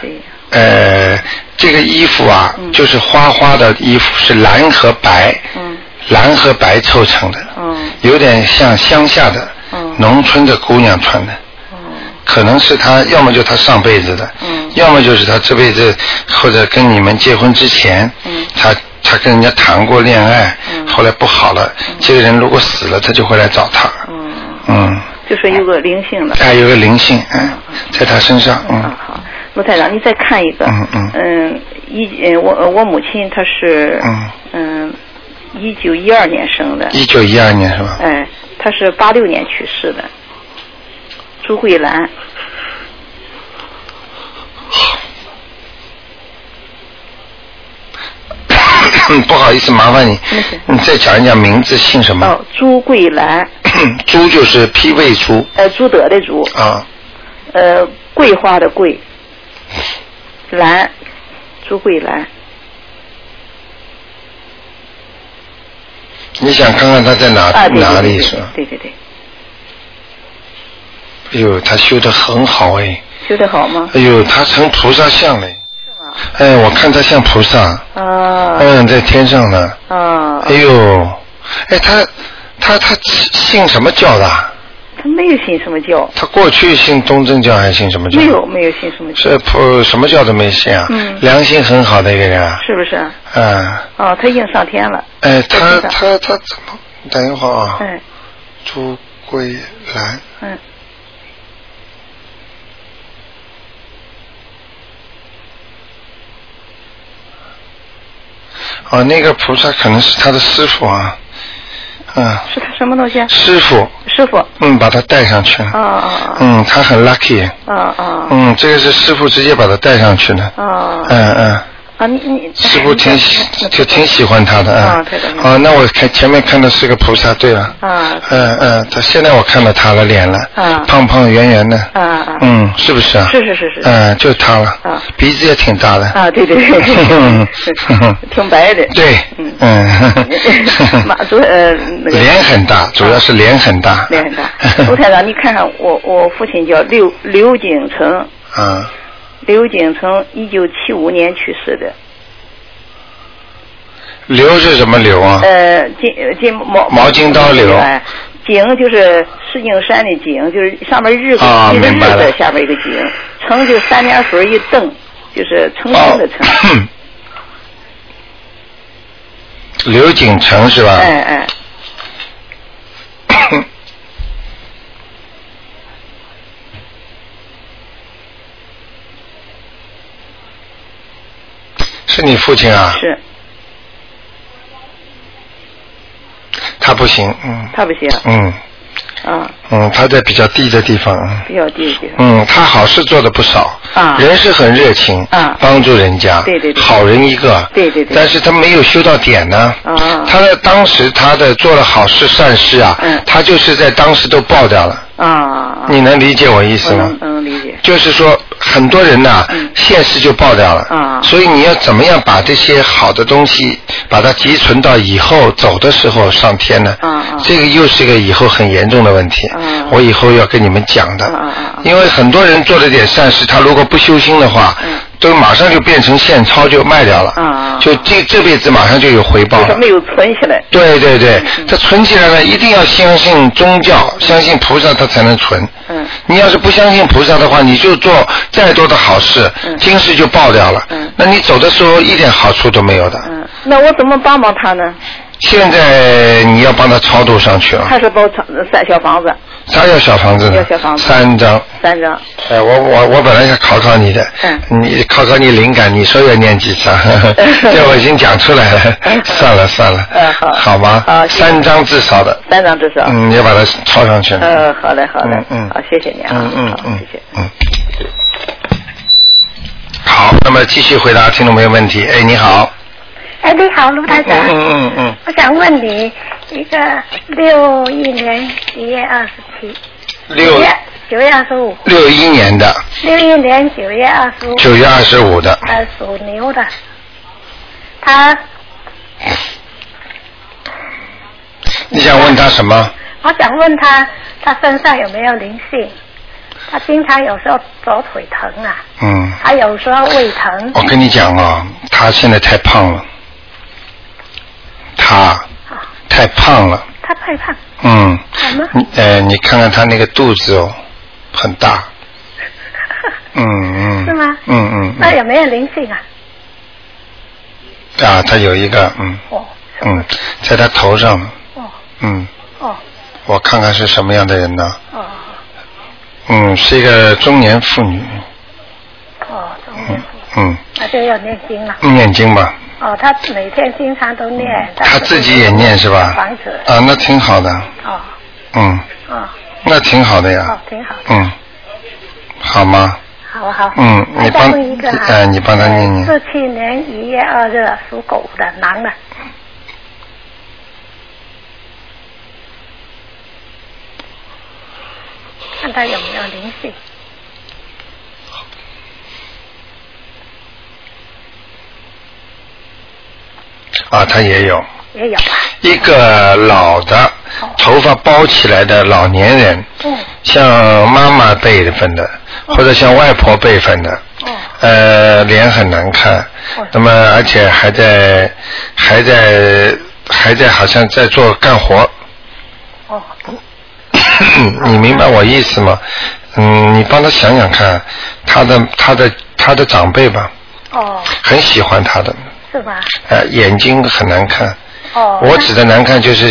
E: 谁呀？
A: 呃，这个衣服啊，
E: 嗯
A: 就是花花的衣服，是蓝和白，
E: 嗯
A: 蓝和白凑成的，
E: 嗯
A: 有点像乡下的、
E: 嗯
A: 农村的姑娘穿的，
B: 哦
E: 嗯
A: 可能是她，要么就她上辈子的，
E: 嗯
A: 要么就是她这辈子或者跟你们结婚之前，
E: 嗯
A: 她他跟人家谈过恋爱，
B: 嗯
A: 后来不好了，
E: 嗯
A: 这个人如果死了，他就会来找他。
B: 嗯，
A: 嗯，
B: 就是有个灵性了。
A: 哎，有个灵性，嗯，在他身上，
B: 啊
A: 嗯，
B: 好，卢台长，你再看一个。
A: 嗯嗯
B: 嗯，一呃，我呃我母亲她是
A: 嗯
B: 嗯一九一二年生的，
A: 一九一二年是吧？
B: 哎，她是八六年去世的，朱慧兰。
A: 不好意思，麻烦你
B: 没事，
A: 你再讲一讲名字姓什 么？
B: 哦，朱桂兰，
A: 猪就是脾胃猪
B: 呃，朱德的朱，
A: 啊，
B: 呃，桂花的桂，兰，朱桂兰。
A: 你想看看他在哪、
B: 啊，对
A: 哪
B: 对
A: 里
B: 对
A: 是
B: 对
A: 吧？
B: 对对对，
A: 哎呦，他修的很好哎，
B: 修得好吗？
A: 哎呦，他成菩萨像嘞，
B: 是吗？
A: 哎，我看他像菩萨，
B: 啊
A: 嗯，在天上呢，
B: 啊
A: 哎，呦，哎，他他他信什么教的啊？
B: 他没有信什么教，
A: 他过去信东正教还是信什么教？
B: 没有没有信什么教，
A: 是普什么教都没信啊，
B: 嗯
A: 良心很好的一个人啊，
B: 是不是？
A: 嗯，
B: 哦，他已经上天了。
A: 哎，他
B: 我知
A: 他
B: 道
A: 他怎么？等一会儿啊，
B: 嗯
A: 朱桂兰，
B: 嗯，
A: 哦，那个菩萨可能是他的师傅啊，嗯，
B: 是他什么东西啊？
A: 师傅，
B: 师傅。
A: 嗯，把他带上去了，
B: 啊啊
A: 嗯，他很 lucky，
B: 啊啊
A: 嗯，这个是师傅直接把他带上去的，
B: 啊啊！
A: 嗯嗯，
B: 啊，你你
A: 师傅挺喜就挺喜欢他的
B: 啊
A: 啊
B: 太感，谢
A: 哦，那我看前面看的是个菩萨，对了，
B: 啊
A: 嗯嗯，他现在我看到他的脸了，
B: 啊
A: 胖胖圆圆的，
B: 啊啊！
A: 嗯，是不是啊？
B: 是是是是
A: 嗯，就他了。
B: 啊
A: 鼻子也挺大的。
B: 啊，对对对，是挺白的。
A: 对，
B: 嗯。
A: 嗯
B: 马主呃那个啊
A: 脸很大，主要是脸很大。
B: 脸 很大。卢台长，你看看我我父亲叫刘刘景成，
A: 嗯，
B: 刘景成一九七五年去世的，
A: 瘤是什么瘤啊？
B: 呃，金呃金毛
A: 毛巾刀瘤
B: 哎，景就是石景山的景，就是上面日字、
A: 啊
B: 一个日
A: 明白了
B: 字，下边一个景，成就是三点水一蹬，就是成功的成。
A: 哦 刘景成是吧？
B: 哎哎，
A: 是你父亲啊？
B: 是
A: 他不行，嗯
B: 他不行
A: 嗯
B: 啊，
A: 嗯，他在比较低的地方。嗯
B: 比较低一点。
A: 嗯，他好事做的不少，
B: 啊
A: 人是很热情，
B: 啊
A: 帮助人家，
B: 对对对
A: 好人一个，
B: 对对对
A: 但是他没有修到点呢，
B: 啊
A: 他在当时他的做了好事善事啊，
B: 嗯
A: 他就是在当时都爆掉了，
B: 啊，
A: 你能理解我意思
B: 我
A: 吗？
B: 能能理解。
A: 就是说，很多人呐、
B: 嗯
A: 现实就爆掉了。
B: 啊
A: 所以你要怎么样把这些好的东西，把它积存到以后走的时候上天呢？
B: 啊啊
A: 这个又是一个以后很严重的问题。
B: 啊
A: 我以后要跟你们讲的。
B: 啊啊啊啊
A: 因为很多人做了点善事，他如果不修心的话，
B: 嗯
A: 都马上就变成现钞就卖掉了。
B: 啊啊啊
A: 就这这辈子马上就有回报
B: 就
A: 了。
B: 是没有存起来。
A: 对对对
B: 嗯，
A: 他存起来了，一定要相信宗教，相信菩萨，他才能存。
B: 嗯
A: 你要是不相信菩萨的话，你就做再多的好事，
B: 嗯
A: 今世就爆掉了。
B: 嗯
A: 那你走的时候一点好处都没有的。
B: 嗯，那我怎么帮帮他呢？
A: 现在你要帮他超度上去了
B: 他，是包厂三小房子
A: 他要小房子呢
B: 要小房子
A: 三张。
B: 三张，
A: 哎，我我我本来想考考你的，
B: 嗯
A: 你考考你灵感，你说要念几 张？这我已经讲出来了，算了算了，
B: 嗯好
A: 吗？
B: 好谢谢
A: 三张至少的，
B: 三张至少。
A: 嗯，你要把它抄上去。
B: 呃，好嘞，好嘞，
A: 嗯嗯
B: 好，谢谢你啊，
A: 嗯嗯
B: 好
A: 嗯，
B: 谢谢。
A: 嗯。好，那么继续回答听众朋友问题。哎，你好。
F: 哎，你好，卢台
A: 嗯
F: 长，
A: 嗯嗯嗯，
F: 我想问你一个六一年几月二十七，
A: 嗯六
F: 月九月二十五，
A: 六一年的，
F: 六一年九月二十五，
A: 九月二十五的，
F: 呃，属牛的，他，
A: 你想问他什么？
F: 我想问他，他身上有没有灵性？他经常有时候左腿疼啊，
A: 嗯，
F: 还有时候胃疼
A: 我跟你讲啊、他现在太胖了，他
F: 啊，
A: 太胖了，
F: 他太胖，
A: 嗯，
F: 好吗？
A: 你呃，你看看他那个肚子哦，很大，嗯嗯，
F: 是吗哎
A: 嗯嗯，
F: 那有没有灵性啊？
A: 啊，他有一个，嗯
F: 哦
A: 嗯，在他头上，
F: 哦
A: 嗯，
F: 哦
A: 我看看是什么样的人呢？
F: 哦
A: 嗯，是一个中年妇女，
F: 哦，中年
A: 嗯
F: 妇女，
A: 嗯，
F: 那就要念经了。
A: 念经吧，
F: 哦，他每天经常都念。但
A: 嗯他
F: 是
A: 自己也念是吧？
F: 防止。
A: 啊，那挺好的，
F: 哦
A: 嗯，
F: 哦
A: 那挺好的
F: 哦
A: 呀，，
F: 挺好的，
A: 嗯，好吗？
F: 好好。
A: 嗯，
F: 我
A: 你
F: 再
A: 帮
F: 问一个，啊哈
A: 哎，你帮他念念。
F: 四七年一月二日属狗的男的，看他有没有灵性。
A: 啊，他也有
F: 也有啊，
A: 一个老的头发包起来的老年人，
F: 嗯
A: 像妈妈辈分的，或者像外婆辈分的，
F: 哦
A: 呃，脸很难看
F: 哦，
A: 那么而且还在还在还在好像在做干 活，
F: 哦，
A: 你明白我意思吗？嗯，你帮他想想看，他的他的他的长辈吧，
F: 哦，
A: 很喜欢他的，
F: 是吧？
A: 呃，眼睛很难看，
F: 哦，
A: 我
F: 那
A: 指的难看就是，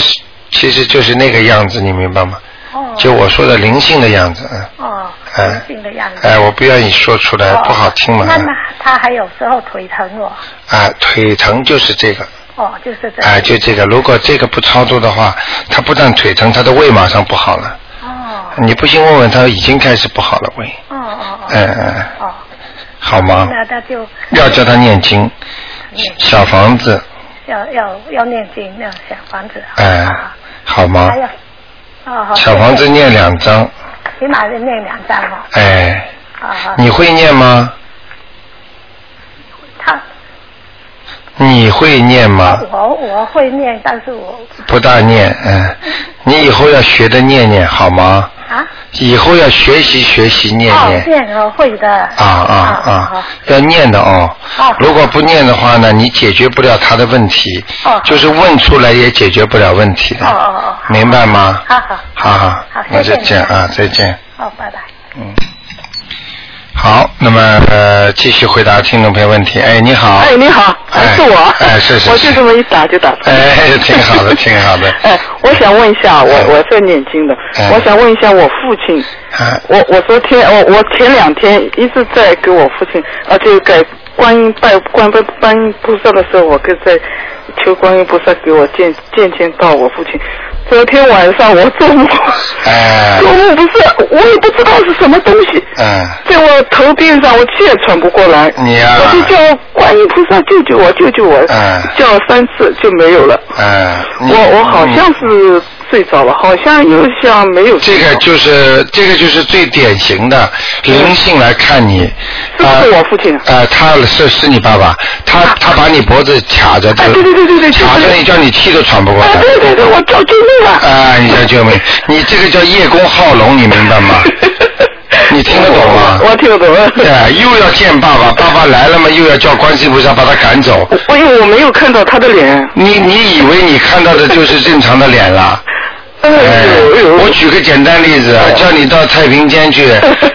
A: 其实就是那个样子，你明白吗？
F: 哦
A: 就我说的灵性的样子，嗯，
F: 哦，
A: 哎
F: 灵性的样子。
A: 哎，我不愿意说出来，
F: 哦
A: 呃不好听嘛。
F: 那么他还有时候腿疼我，
A: 啊，腿疼就是这个，
F: 哦，就是这样。
A: 啊，就这个。如果这个不操作的话，他不但腿疼，他的胃马上不好了。
F: 哦
A: 你不信问问他，已经开始不好了胃，
F: 哦哦
A: 嗯
F: 哦。
A: 嗯，嗯
F: 哦，
A: 好吗？
F: 那他就
A: 要叫他念经，小房子，
F: 要要要念经，要小房子。
A: 哎
F: 啊，
A: 好吗
F: 还？有，哦好。
A: 小房子
F: 谢谢
A: 念两张，
F: 起码是念两张哦。
A: 哎，
F: 啊好
A: 你会念吗？
F: 他
A: 你会念吗？
F: 我我会念，但是我
A: 不大念，嗯，你以后要学着念念好吗？
F: 啊，
A: 以后要学习学习念
F: 哦
A: 念。
F: 念我会的。
A: 啊啊
F: 好
A: 啊！要念的哦
F: 哦，
A: 如果不念的话呢，你解决不了他的问题
F: 哦，
A: 就是问出来也解决不了问题
F: 哦哦
A: 的
F: 哦，
A: 明白吗？
F: 好好
A: 好好
F: 好，
A: 那
F: 谢
A: 就
F: 谢
A: 这样啊，再见。
F: 好，拜拜。
A: 嗯，好，那么呃，继续回答听众朋友问题。哎，你好。
G: 哎，你好，
A: 哎
G: 是我。
A: 哎是是
G: 我就这么一打就打通。
A: 哎挺好的挺好的
G: 哎，我想问一下，我
A: 哎
G: 我在念经的
A: 哎，
G: 我想问一下我父亲，
A: 啊
G: 我我昨天我我前两天一直在给我父亲，啊就给观音拜观拜观音菩萨的时候，我跟在求观音菩萨给我见见见到我父亲。昨天晚上我做梦，
A: 哎
G: 做梦不是我也不知道是什么东西，
A: 嗯，
G: 在我头边上，我气也喘不过来。
A: 你啊呀
G: 我就叫观音菩萨救救我，救救我！
A: 嗯
G: 叫了三次就没有了。
A: 哎，
G: 我
A: 你
G: 我好
A: 你
G: 像是睡着了，好像又像没有
A: 这
G: 睡着。
A: 个就是这个就是最典型的灵性来看你，
G: 是不是
A: 呃
G: 我父亲啊
A: 呃，他是是你爸爸，他他把你脖子卡着的，
G: 啊对对对对对就是
A: 卡着你叫你气都喘不过
G: 啊
A: 来，
G: 对对对，我叫救命啊！
A: 啊，你叫救命！你这个叫叶公好龙，你明白 吗？你听得懂吗？
G: 我我听得懂了。
A: 对、啊又要见爸爸，爸爸来了嘛，又要叫观世音菩萨把他赶走。
G: 我因为我没有看到他的脸。
A: 你你以为你看到的就是正常的脸了？
G: 哎
A: 哎
G: 呦哎呦，哦
A: 我举个简单例子，啊叫你到太平间 去，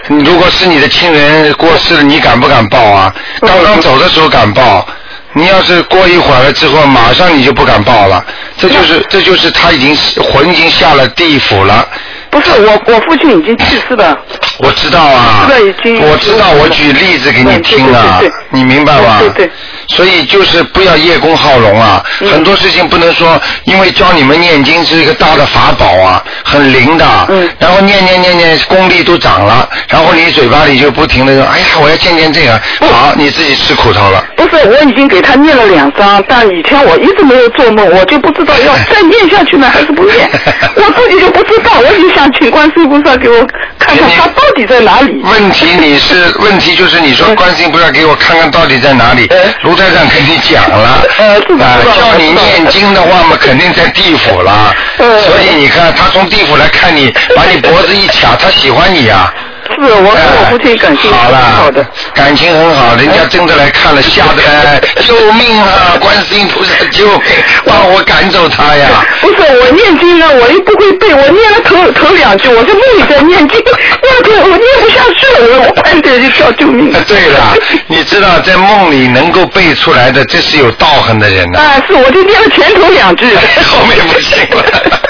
A: 如果是你的亲人过世了，你敢不敢抱啊？
G: 嗯
A: 刚刚走的时候敢抱，你要是过一会儿了之后，马上你就不敢抱了。这就是这就是他已经魂已经下了地府了。
G: 不是我，我父亲已经去世了。
A: 我知道啊，
G: 知道已经
A: 我知道，我举例子给你听啊
G: 对对对对对，
A: 你明白吧？
G: 对对对
A: 所以就是不要叶公好龙啊，
G: 嗯
A: 很多事情不能说，因为教你们念经是一个大的法宝啊，很灵的。
G: 嗯
A: 然后念念念念，功力都长了，然后你嘴巴里就不停的说，哎呀，我要见见这个，
G: 嗯
A: 好，你自己吃苦头了。
G: 不是，我已经给他念了两张，但以前我一直没有做梦，我就不知道 要再念下去呢还是不念，我自己就不知道，我就想请观世音菩萨给我看看他到底在哪里。
A: 问题你是问题就是你说
G: 嗯
A: 观世音菩萨给我看看到底在哪里
G: 嗯？
A: 卢台长跟你讲了， 啊、
G: 嗯知道知道
A: 叫你
G: 知道
A: 念经的话嘛，肯定在地府了。
G: 嗯
A: 所以你看他从地府来看你，把你脖子一卡，他喜欢你啊。
G: 是我跟我父亲感情
A: 好
G: 挺
A: 了，
G: 好的，，
A: 感情很好，人家真的来看 了，吓得来，救命啊！观世音菩萨救 命，把我赶走他 呀！
G: 不是我念经呢，我又不会背，我念了头头两句，我在梦里在念经，念不我念不下去了，我半夜就叫救 命。
A: 对了，你知道在梦里能够背出来的，这是有道行的人呐、
G: 啊，是我就念了前头两句。
A: 后面不行了。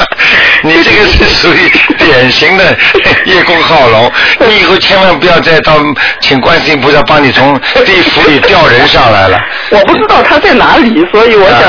A: 你这个是属于典型的 叶公好龙，你以后千万不要再到请观世音菩萨帮你从地府里调人上来了。
G: 我不知道他在哪里，所以我
A: 啊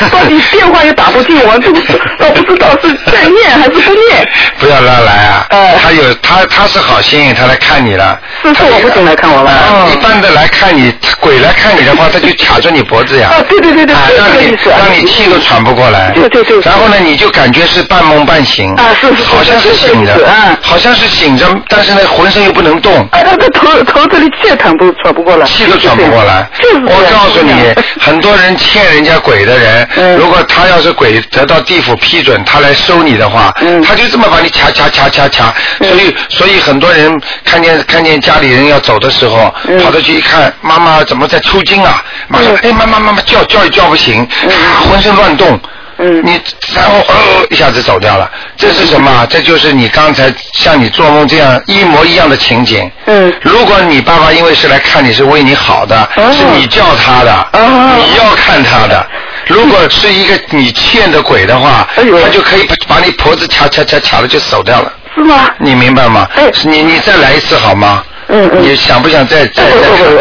G: 想，到底电话又打不进，我都不倒不知道是在念还是不念。
A: 不要乱来啊！
G: 哎
A: 他有他他是好心，他来看你了。
G: 是嗯是我父亲来看我吗
A: 啊
G: 哦
A: 一般的来看你，鬼来看你的话，他就卡住你脖子 呀。
G: 啊，对对对对，
A: 啊
G: 是
A: 让
G: 这个
A: 你
G: 意思。
A: 让你气都喘不过来。
G: 对对对
A: 然后呢，你就感觉是半梦半醒。
G: 啊是是是
A: 好像是
G: 是这个
A: 醒
G: 意思
A: 着
G: 啊，
A: 好像是醒着，但是呢，浑身又不能动。
G: 啊，那个头头这里气也喘不喘不过来，
A: 气都喘不过来。
G: 就是这样
A: 我告诉
G: 就是这
A: 你
G: 样，
A: 很多人欠人家鬼的人，
G: 嗯
A: 如果他要是鬼得到地府批准，他来收你的话，
G: 嗯
A: 他就这么把你掐掐掐掐掐。所以，所以很多人看见看见家里人要走的时候，
G: 嗯
A: 跑到去一看，妈妈怎么在抽筋啊？马上，哎，妈妈妈妈叫叫也叫不醒，啊，浑身乱动。
G: 嗯
A: 你然后哦一下子走掉了，这是什么啊？这就是你刚才像你做梦这样一模一样的情景。
G: 嗯
A: 如果你爸爸因为是来看你是为你好的，
G: 哦
A: 是你叫他的，
G: 哦
A: 你要看他的。如果是一个你欠的鬼的话，
G: 哎呦
A: 他就可以把把你脖子掐掐掐掐了就走掉了，
G: 是吗？
A: 你明白吗？
G: 哎
A: 你你再来一次好吗？
G: 嗯嗯
A: 你想不想再再再
G: 不不不不，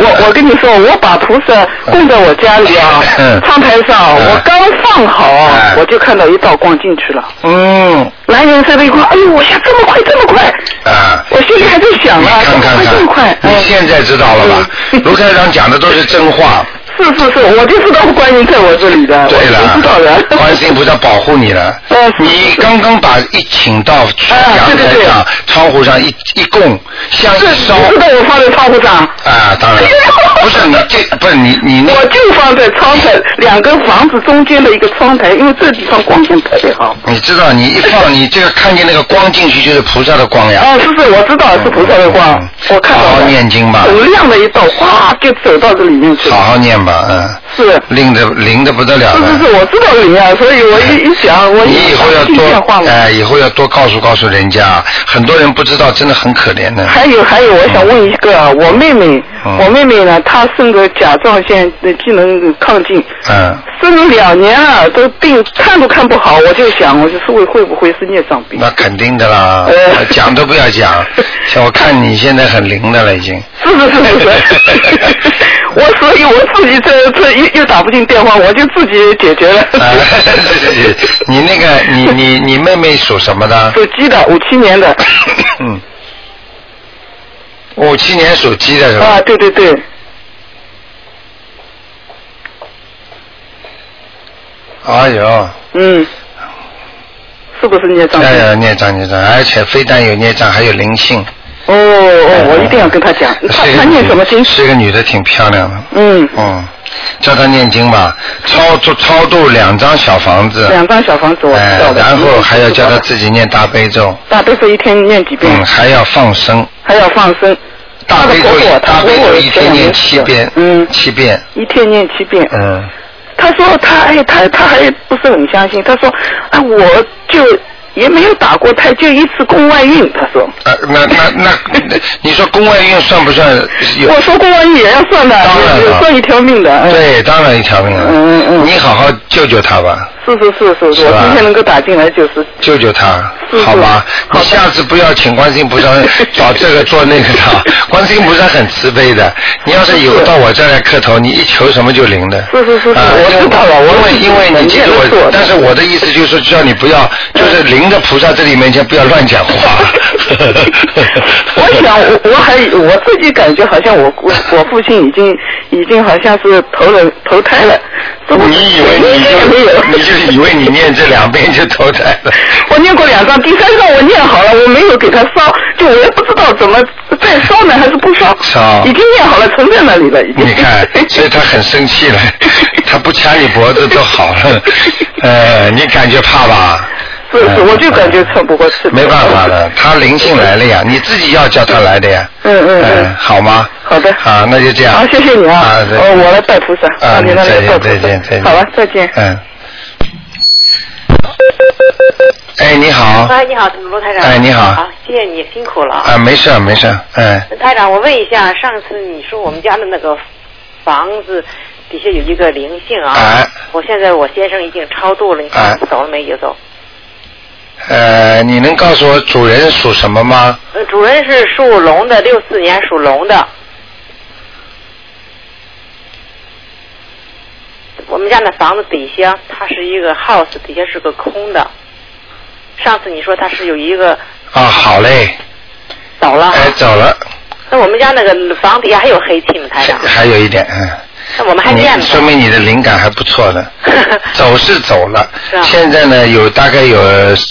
G: 我我跟你说，我把菩萨供在我家里啊
A: 嗯，
G: 窗台
A: 嗯
G: 上，我刚放好啊
A: 嗯，
G: 我就看到一道光进去了。
A: 嗯
G: 男人在那一块，哎呦，我想这么快，这么快，
A: 啊。
G: 我心里还在想
A: 你
G: 啊，
A: 看看
G: 这
A: 看，，
G: 么快这么快，
A: 你
G: 哎
A: 现在知道了吧？
G: 嗯
A: 卢台长讲的都是真话。
G: 是是是，我就知道观音在我这里的，
A: 对
G: 我
A: 了，
G: 就知道 的。
A: 观世音菩萨保护你了。
G: 嗯是
A: 你刚刚把一请到
G: 哎
A: 阳
G: 对对
A: 台
G: 对
A: 上、窗户上一一供，像
G: 是，
A: 一烧
G: 你知道我放在窗户上，
A: 啊，当 然了不是你这不是你你那
G: 我就放在窗台两个房子中间的一个窗台，因为这地方光线特别好。
A: 你知道你一放你这个看见那个光进去就是菩萨的光呀。
G: 啊，是是，我知道是菩萨的光
A: 嗯，
G: 我看到了
A: 好好念经吧
G: 很亮的一道，哗，就走到这里面去了。
A: 好好念吧，嗯，
G: 是，是
A: 灵的灵的不得了
G: 是
A: 了。
G: 是，我知道里面，所以我一一想，我
A: 你以后要
G: 听电话
A: 多
G: 了。
A: 哎，以后要多告诉告诉人家，很多人不知道，真的很可怜的。
G: 还有还有，我想问一个啊，我妹妹，
A: 嗯
G: 我妹妹呢，她生个甲状腺的机能亢进，
A: 嗯，
G: 生了两年了，都病看都看不好，我就想，我就是会会不会是孽障病？
A: 那肯定的啦
G: 呃，
A: 讲都不要讲。像我看你现在很灵的了，已经。
G: 是是是 是是，我所以我自己这这又又打不进电话，我就自己解决了。
A: 啊，你那个，你你你妹妹属什么 的？
G: 手机的，五七年的，
A: 嗯，五七年属鸡的是吧
G: 啊，？对对对，啊
A: 哎呦，
G: 嗯，是不是孽障病？
A: 哎呀，孽障孽障，而且非但有孽障，还有灵性。嗯
G: 哦哦，我一定要跟他讲，他
A: 哎是一个
G: 他念什么经？
A: 是一个女的，挺漂亮的。
G: 嗯，
A: 嗯，叫她念经吧，超度超度两张小房子。
G: 两张小房子我知
A: 哎
G: 道，的。嗯
A: 然后还要叫她自己念大悲咒，
G: 大悲咒一天念几遍，
A: 嗯，还要放生。
G: 还要放生。
A: 大悲咒
G: 他的婆婆，
A: 大
G: 他
A: 悲
G: 婆
A: 咒
G: 婆
A: 一天念七遍，
G: 嗯，
A: 七遍，
G: 一天念七遍。
A: 嗯，
G: 他说他哎，他他还不是很相信。他说啊，我就也没有打过胎，就一次宫外孕。他说，
A: 呃，那那那，你说宫外孕算不算有？
G: 我说宫外孕也要算的，
A: 当然了
G: 也算一条命的。哎，
A: 对，当然一条命了。
G: 嗯嗯嗯
A: 你好好救救他吧，
G: 是是是是，
A: 是吧
G: 我今天能够打进来就是
A: 救救他，
G: 是是
A: 好吧？
G: 嗯好
A: 你
G: 的
A: 下次不要请观世音菩萨找这个做那个 的，观世音菩萨很慈悲的。你要是有到我这儿来磕头，你一求什么就灵的。
G: 是是是是
A: 啊
G: 我
A: 因为
G: 知道了我
A: 因为因为你记住
G: 也是
A: 我
G: 我，的
A: 但是我的意思就是说叫你不要，就是灵的菩萨这里面先不要乱讲话。
G: 我想，我我还我自己感觉好像我我我父亲已经已经好像是投了投胎了，是不是
A: 你以为 你
G: 应该没有
A: 就？你就以为你念这两遍就投胎了？
G: 我念过两张，第三张我念好了，我没有给他烧，就我也不知道怎么再烧呢，还是不烧？
A: 烧
G: 已经念好了，存在那里了，已经。
A: 你 看，所以他很生气了，他不掐你脖子都好了。呃，你感觉怕吧？
G: 是是，我就感觉撑不过去。
A: 没办法的，他灵性来了呀，你自己要叫他来的呀。
G: 嗯嗯嗯
A: 哎好吗？
G: 好的
A: 啊，那就这样。
G: 好，谢谢你啊！
A: 啊，再见
G: 哦，我来拜菩萨，
A: 啊，
G: 到你那
A: 再
G: 里拜
A: 见，
G: 菩萨。
A: 再见，再见。
G: 好吧，啊再见。
A: 嗯。哎，你好。
H: 哎，你好，罗台长。
A: 哎你好
H: 好，谢谢你，辛苦了啊。
A: 啊，没事儿没事儿，哎，
H: 台长，我问一下，上次你说我们家的那个房子底下有一个灵性啊，
A: 哎
H: 我现在我先生已经超度了，你
A: 哎
H: 看走了没有走？
A: 呃，你能告诉我主人属什么吗？
H: 呃，主人是属龙的，六四年属龙的。我们家那房子底下，它是一个 house，底下是个空的。上次你说它是有一个
A: 啊，好嘞，
H: 走了，
A: 哎，走了，
H: 那我们家那个房底下还有黑气吗，台长？
A: 还有一点，嗯，
H: 那我们还
A: 你
H: 见吗？
A: 说明你的灵感还不错 的，走是走了
H: 是，啊
A: 现在呢有大概有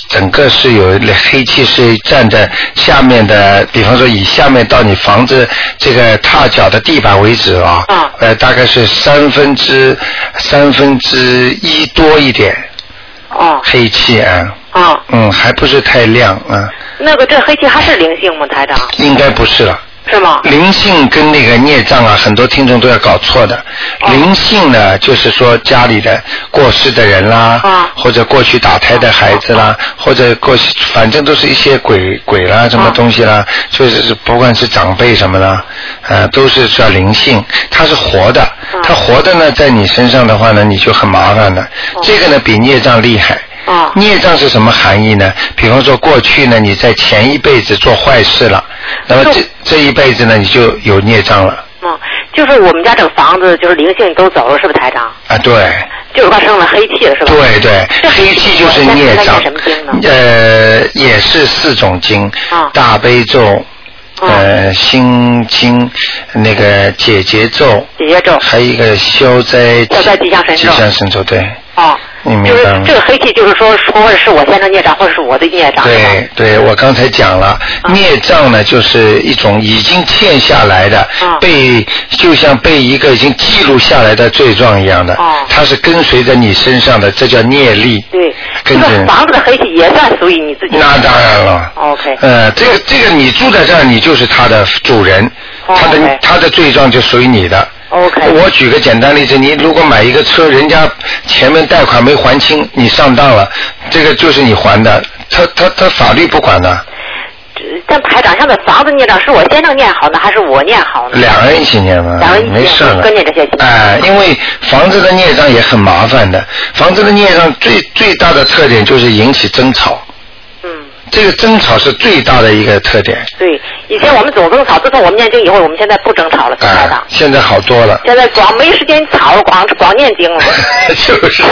A: 整个是有黑气是站在下面的，比方说以下面到你房子这个踏脚的地板为止啊，
H: 啊
A: 呃大概是三分之三分之一多一点
H: 哦
A: 黑气啊，
H: 哦，
A: 嗯还不是太亮啊，
H: 那个这黑气还是灵性吗，台长？
A: 应该不是了。
H: 是吗？
A: 灵性跟那个孽障啊，很多听众都要搞错的。
H: 哦
A: 灵性呢，就是说家里的过世的人啦，
H: 啊
A: 或者过去打胎的孩子啦，或者过去反正都是一些鬼鬼啦，
H: 啊
A: 什么东西啦，就是不管是长辈什么啦，呃，都是叫灵性，它是活的，
H: 啊
A: 它活的呢，在你身上的话呢，你就很麻烦了。这个呢，比孽障厉害。
H: 哦
A: 孽障是什么含义呢？比方说过去呢，你在前一辈子做坏事了，那么这
H: 就
A: 这一辈子呢，你就有孽障了
H: 嗯，就是我们家这个房子，就是灵性都走了，是不是台长？
A: 啊！对，
H: 就是发生了黑气了，是吧？
A: 对对，
H: 这
A: 黑气就是
H: 那
A: 孽
H: 那
A: 障
H: 念什么经呢，
A: 呃，也是四种经
H: 啊，
A: 大悲咒，
H: 嗯
A: 呃，心经，那个解结咒，
H: 解结咒
A: 还有一个消灾
H: 哦消灾吉祥神咒
A: 吉祥神咒，对，
H: 哦，
A: 你明
H: 就是
A: 白吗
H: 这个黑气，就是说，或者是我先生孽障，或者是我的孽障，是吧
A: 对对，我刚才讲了，
H: 嗯
A: 孽障呢就是一种已经欠下来的，
H: 嗯
A: 被就像被一个已经记录下来的罪状一样的，
H: 哦
A: 它是跟随着你身上的，这叫孽力。
H: 对，这
A: 跟
H: 个
A: 着。
H: 房子的黑气也算属于你自己的。
A: 那当然了。
H: OK
A: 呃，这个这个你住在这儿，你就是他的主人，
H: 哦
A: 他的
H: OK
A: 他的罪状就属于你的。
H: OK
A: 我举个简单例子，你如果买一个车，人家前面贷款没还清，你上当了，这个就是你还的，他他他法律不管的，
H: 这但排长，像这房子孽障，是我先生念好呢，还是我念好呢？
A: 两人一起念嘛，
H: 两人一起念
A: 没事了。
H: 跟着这些经
A: 哎、因为房子的孽障也很麻烦的，房子的孽障最最大的特点就是引起争吵，
H: 嗯，
A: 这个争吵是最大的一个特点。
H: 对，以前我们总争吵，自从我们念经以后，我们现在不争吵了，是排
A: 啊
H: 长，。
A: 现在好多了。
H: 现在光没时间吵了，光光念经了。
A: 就是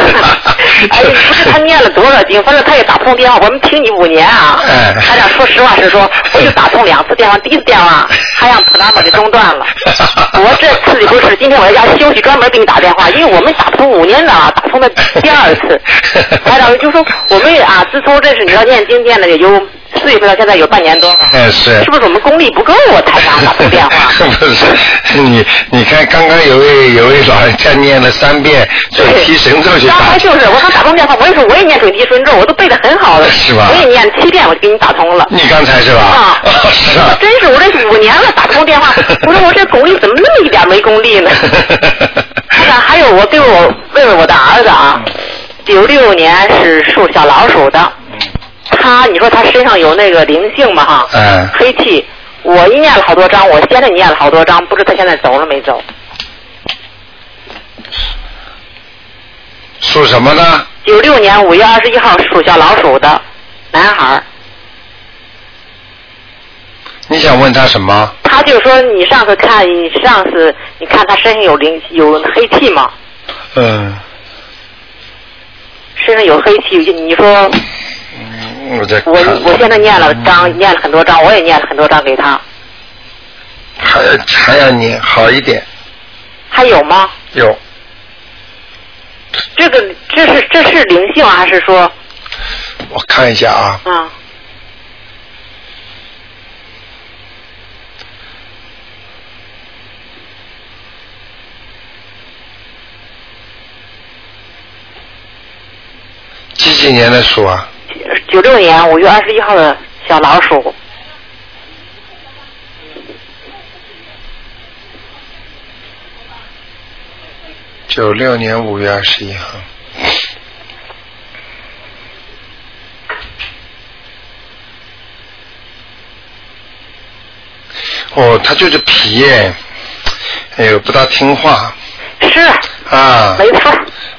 H: 哎，不是他念了多少经，反正他也打不通电话。我们听你五年啊，
A: 哎
H: 他俩说实话实说，我就打通两次电话，第一次电话还让普拉玛给中断 了。我这次不是，今天我在家休息，专门给你打电话，因为我们打通五年了，啊打通了第 二次。台长就说我们啊，自从认识你到念经念了也有四月份到现在有半年多了，
A: 哎是
H: 是。不是我们功力不够啊？台长打通电话。
A: 不 是你，你看刚刚有位有位老人家念了三遍准提神咒去
H: 刚
A: 打
H: 才，就是，我刚打通电话，我也说我也念准提神咒，我都背得很好了，
A: 是吧
H: 我也念了七遍，我就给你打通了。
A: 你刚才是吧？
H: 啊
A: 哦，是啊。
H: 真是我这五年了，打通 电话，我说我这功力怎么那么一点没功力呢？台长，还有我对我问问我的儿子啊，九六年是属小老鼠的， 他你说他身上有那个灵性嘛哈？
A: 嗯
H: 黑气，我一念了好多张，我现在念了好多张，不知他现在走了没走？
A: 属什么呢？
H: 九六年五月二十一号属小老鼠的男孩儿。
A: 你想问他什么？
H: 他就说你上次看，你上次你看他身上有灵有黑气吗？
A: 嗯，
H: 身上有黑气，你说
A: 嗯我在看嗯
H: 我我现在念了章，念了很多章，我也念了很多章给他，
A: 还要哎还要念好一点，
H: 还有吗？
A: 有
H: 这个这是这是灵性啊还是说
A: 我看一下啊，
H: 啊？
A: 几几年的属啊？
H: 九六年五月二十一号的小老鼠，
A: 九六年五月二十一号。哦，他就是皮耶，哎呦，不大听话
H: 是
A: 啊。
H: 没错，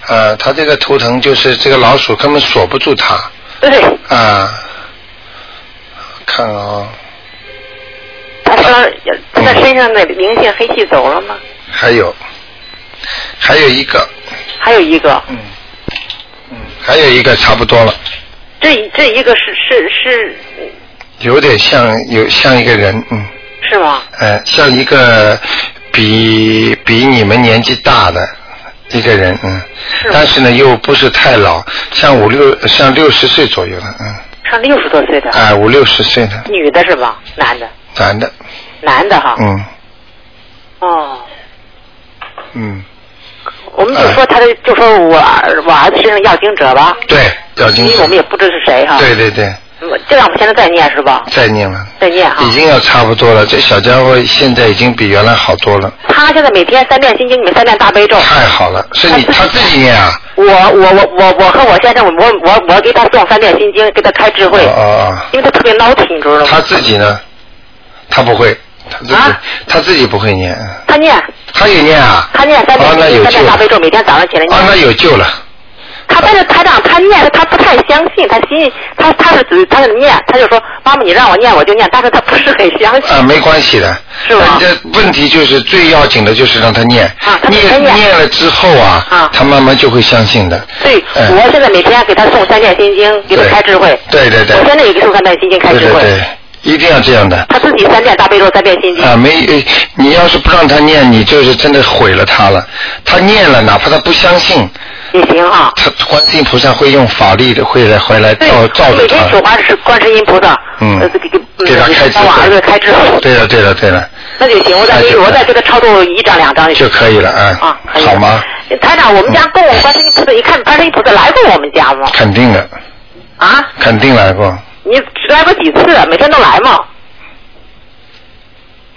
A: 啊，他这个图腾就是这个老鼠根本锁不住它
H: 对，
A: 啊。看啊、
H: 他身他的身上的灵性黑气走了吗？
A: 还有，还有一个，
H: 还有一个，
A: 嗯，嗯，还有一个差不多了，
H: 这这一个是是是
A: 有点像有像一个人，嗯，
H: 是吗？
A: 呃，像一个比比你们年纪大的一个人，嗯，
H: 是吗
A: 但？是呢又不是太老，像五六像六十岁左右的，嗯，
H: 上六十多岁的，
A: 哎、五六十岁的
H: 女的是吧？男的，
A: 男的，
H: 男的哈。
A: 嗯
H: 哦，
A: 嗯，
H: 我们就
A: 啊
H: 说他的，就说我儿我儿子身上要经者吧，
A: 对，要
H: 因
A: 经
H: 为我们也不知是谁哈。
A: 对对对，
H: 嗯。这样我们现在再念是吧？
A: 再念了，
H: 再念哈。
A: 已经要差不多了，这小家伙现在已经比原来好多了。
H: 他现在每天三遍心经，每三遍大悲咒。
A: 太好了，是你他自己念啊？
H: 我我我我我和我先生，我我我我给他送三遍心经，给他开智慧，
A: 哦
H: 因为他特别闹挺，你知道
A: 哦，
H: 吗？
A: 他自己呢？他不会，他自己、
H: 啊
A: 他自己不会念，嗯
H: 他念
A: 他也念啊？
H: 他念三遍
A: 哦，那
H: 心
A: 有救
H: 经，三遍
A: 了
H: 大悲咒，每天早上起来
A: 哦，那
H: 念。
A: 有救了。
H: 他但是台长他念他他不太相信，他心他他是只他是念，他就说妈妈你让我念我就念，但是他不是很相信。
A: 啊，没关系的。
H: 是吧
A: 人家问题就是最要紧的就是让他念，
H: 啊他每
A: 念
H: 天念
A: 念了之后啊，
H: 啊
A: 他慢慢就会相信的。
H: 对，
A: 嗯
H: 我现在每天给他送三遍心经，给他开智慧。
A: 对对对
H: 我，现在也给他送三遍心经开
A: 对
H: 智
A: 对
H: 慧。
A: 对，一定要这样的。
H: 他自己三遍大悲咒，三遍心经。
A: 啊，没，呃你要是不让他念，你就是真的毁了他了。他念了，哪怕他不相信，
H: 也行哈、
A: 他观世音菩萨会用法力的，会来回来
H: 对，
A: 照哦照
H: 我
A: 着
H: 每天求
A: 他。
H: 观世观世音菩萨，
A: 嗯
H: 呃，给给
A: 给他开智
H: 帮我儿
A: 慧
H: 子开智慧，
A: 对了，对了，对了，
H: 那就行。我再
A: 那
H: 给
A: 就
H: 我再给他超度一张两张
A: 就可以了啊，
H: 啊，可以
A: 好吗？？
H: 台长，我们家供观世音菩萨，你看观世音菩萨来过我们家吗？
A: 肯定的，
H: 啊，
A: 肯定来过。
H: 你只来过几次？每天都来吗？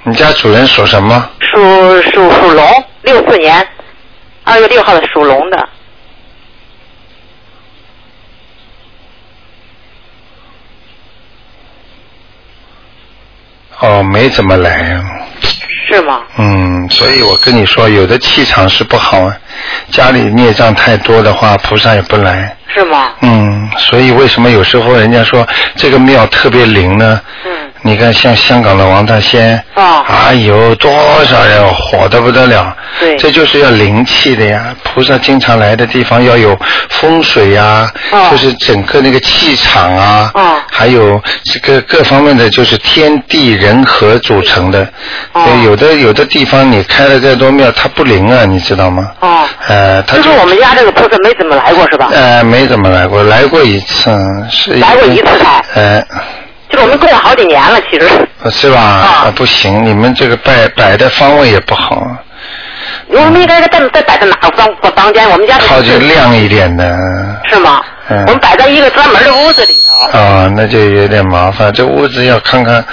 A: 你家主人属什么？
H: 属属属龙，六四年二月六号的属龙的，
A: 哦，没怎么来、啊。
H: 是吗？
A: 嗯，所以我跟你说，有的气场是不好啊，家里孽障太多的话，菩萨也不来。
H: 是吗？
A: 嗯，所以为什么有时候人家说这个庙特别灵呢？
H: 嗯，
A: 你看，像香港的王大仙，
H: 哦
A: 哎呦，多少人火的不得了。
H: 对
A: 这就是要灵气的呀。菩萨经常来的地方要有风水呀，
H: 哦
A: 就是整个那个气场啊，
H: 哦
A: 还有这个各方面的，就是天地人和组成的。
H: 哦
A: 所以有的有的地方你开了再多庙，它不灵啊，你知道吗？
H: 哦，
A: 呃，它
H: 就是我们家这个菩萨没怎么来过是吧？
A: 呃，没怎么来过，来过一次，是
H: 啊来过一次才
A: 呃，
H: 就是我们供了好几年了，其实。
A: 是吧？
H: 啊
A: 不行，你们这个摆摆的方位也不好，
H: 我们应该在在摆在哪个房房间？我们家是
A: 靠近亮一点的。
H: 是吗？
A: 嗯
H: 我们摆在一个专门的屋子里头。
A: 啊、那就有点麻烦。这屋子要看看，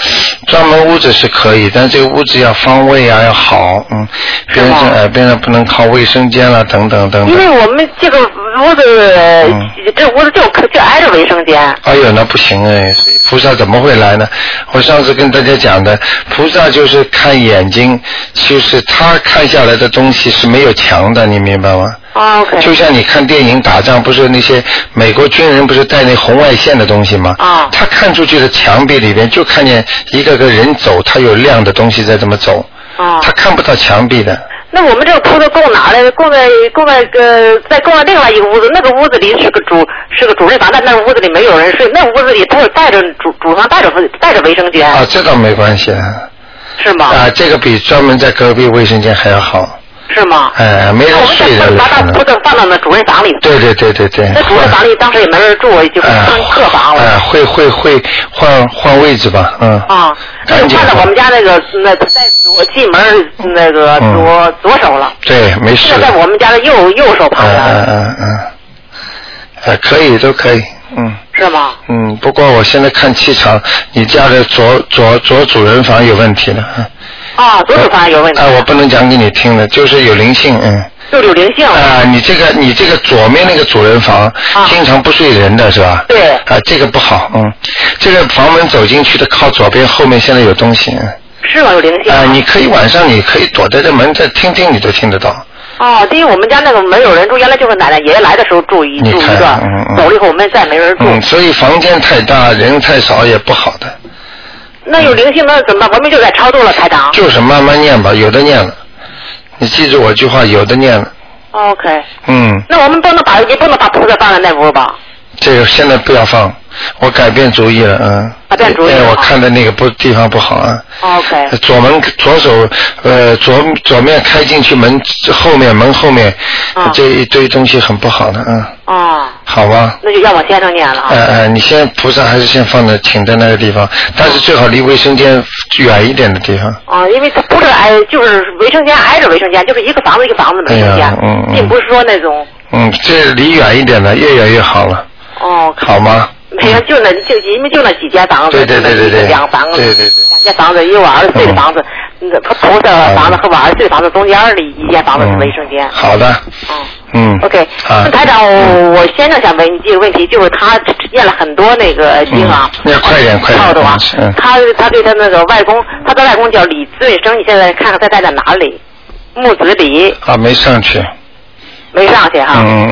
A: 专门屋子是可以，但这个屋子要方位啊要好，嗯，边
H: 是
A: 上
H: 吗
A: 呃边上不能靠卫生间了、等等等
H: 因
A: 等。
H: 为我们这个屋子，
A: 嗯
H: 这屋子就可就挨着卫生间。
A: 哎呦，那不行哎！所以菩萨怎么会来呢？我上次跟大家讲的，菩萨就是看眼睛，就是他看下来的东西是没有墙的，你明白吗？
H: 啊 OK。
A: 就像你看电影打仗，不是那些美国军人不是带那红外线的东西吗？
H: 啊
A: 他看出去的墙壁里边就看见一个个人走，他有亮的东西在这么走，
H: 啊
A: 他，看不到墙壁的。
H: 那我们这个铺子供哪来？供在供在个在供在另外一个屋子，那个屋子里是个主是个主人房，但那个屋子里没有人睡，那个屋子里它有带着主主房带着带着卫生间，
A: 啊，这倒没关系啊，
H: 是吗？
A: 啊，这个比专门在隔壁卫生间还要好，
H: 是吗？
A: 哎，没
H: 那
A: 人
H: 我们
A: 睡
H: 把
A: 的了
H: 把
A: 可
H: 把铺
A: 能。
H: 子放到那主人房里，
A: 对对对对对。
H: 那主人房里当时也没人住，就
A: 哎
H: 当客房了。
A: 哎，会会会换换位置吧，嗯。
H: 啊，那
A: 赶紧
H: 就放
A: 吧
H: 在我们家那个那在左进门那个
A: 嗯
H: 左、左手了，
A: 对，没事
H: 现
A: 了。
H: 在在我们家的右右手
A: 嗯
H: 旁边、
A: 哎嗯嗯嗯，呃，可以，都可以，嗯，
H: 是吗？
A: 嗯，不过我现在看气场，你家的左左左主人房有问题了。嗯
H: 啊，左手方有问题
A: 啊，，我不能讲给你听的，就是有灵性，嗯。
H: 就有灵性。
A: 啊，你这个你这个左面那个主人房、经常不睡人的是吧？
H: 啊对。
A: 啊，这个不好，嗯，这个房门走进去的靠左边，后面现在有东西。嗯
H: 是吗？有灵性。
A: 啊，你可以晚上你可以躲在这门这听听，你都听得到。
H: 哦，第一，我们家那个门有人住，原来就是奶奶爷爷来的时候住一
A: 你
H: 住一
A: 看
H: 个
A: 嗯，嗯
H: 走了以后我们再没人住。
A: 嗯，所以房间太大，人太少也不好的，
H: 那有灵性那怎么办？文明就在超度了，台长。
A: 就是慢慢念吧，有的念了。你记住我句话，有的念了。
H: OK，
A: 嗯，
H: 那我们不能把也不能把菩萨放在那屋吧？
A: 这个现在不要放，我改变主意了，嗯。
H: 改变主意
A: 哎，
H: 了哦
A: 我看的那个不地方不好啊。
H: OK，
A: 左门左手呃左左面开进去门后面门后面、
H: 啊
A: 这一堆东西很不好的，嗯，
H: 哦，
A: 好吧。
H: 那就让我先生念了啊。
A: 呃呃，你先菩萨还是先放在请在那个地方，但是最好离卫生间远一点的地方。
H: 哦，因为它不是挨，就是卫生间挨着卫生间，就是一个房子一个房子的卫生
A: 哎呀嗯嗯
H: 间，并不是说那种
A: 嗯，这离远一点的越远越好了，
H: 哦，
A: 好吗？
H: 没有，就那就因为就那几间房子，
A: 对对对对对
H: 两个房子，
A: 对嗯对对
H: 两间房子，一个我儿子睡的房子，嗯那他头的房子和我儿子睡的房子中间的一间房子是卫生间。
A: 好的，
H: 嗯
A: 嗯。
H: OK，
A: 啊
H: 那台长，我我先生想问你这个问题，就是他念了很多那个经啊，
A: 嗯那快点快点
H: 好的啊
A: 嗯，
H: 他他对他那个外公，他的外公叫李自卫生，你现在看看他在在哪里？木子李
A: 啊，没上去。
H: 没上去
A: 嗯
H: 哈，
A: 嗯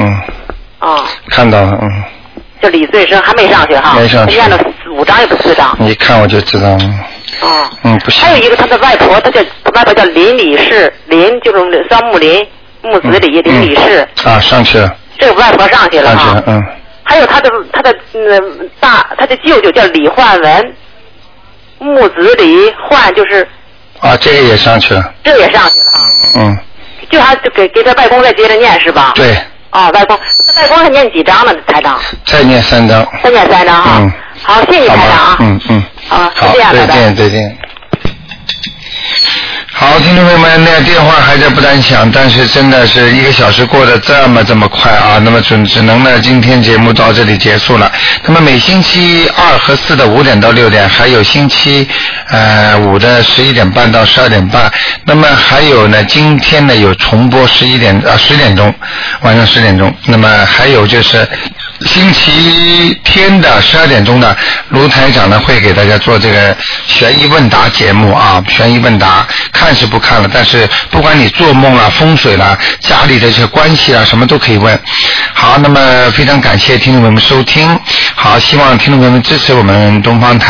A: 嗯，
H: 啊，
A: 看到了，嗯，
H: 就李自卫生还没上去哈，
A: 没上去嗯
H: 他念了四五章也不四章，
A: 你一看我就知道了，
H: 啊。
A: 嗯，不行
H: 还。有一个他的外婆，他叫他外婆叫林李氏，林就是双木林，木子李，林李氏，
A: 嗯啊，上去了，
H: 这个外婆上去了
A: 上去
H: 啊
A: 了，。嗯。
H: 还有他的他的嗯大他的舅舅叫李焕文，木子李焕就是
A: 啊，这个也上去了，
H: 这也上去了哈，
A: 嗯，
H: 就他就给给他外公再接着念是吧？。
A: 对，
H: 啊，外公，那外公还念几章呢？台长，
A: 再念三张，
H: 再念三章哈。
A: 嗯
H: 好，谢谢
A: 好
H: 台长
A: 吧
H: 啊。，
A: 嗯嗯，
H: 啊，就
A: 好，
H: 这样，拜
A: 再
H: 拜。
A: 见再见。好，听众朋友们，那电话还在不断响，但是真的是一个小时过得这么这么快啊！那么准只能呢，今天节目到这里结束了。那么每星期二和四的五点到六点，还有星期呃五的十一点半到十二点半。那么还有呢，今天呢有重播十一点啊十点钟，晚上十点钟。嗯那么还有就是星期天的十二点钟呢，卢台长呢会给大家做这个悬疑问答节目啊，悬疑问答看是不看了，但是不管你做梦啊、风水啦、家里的这些关系啊，什么都可以问。好，那么非常感谢听众朋友们收听，好，希望听众朋友们支持我们东方台。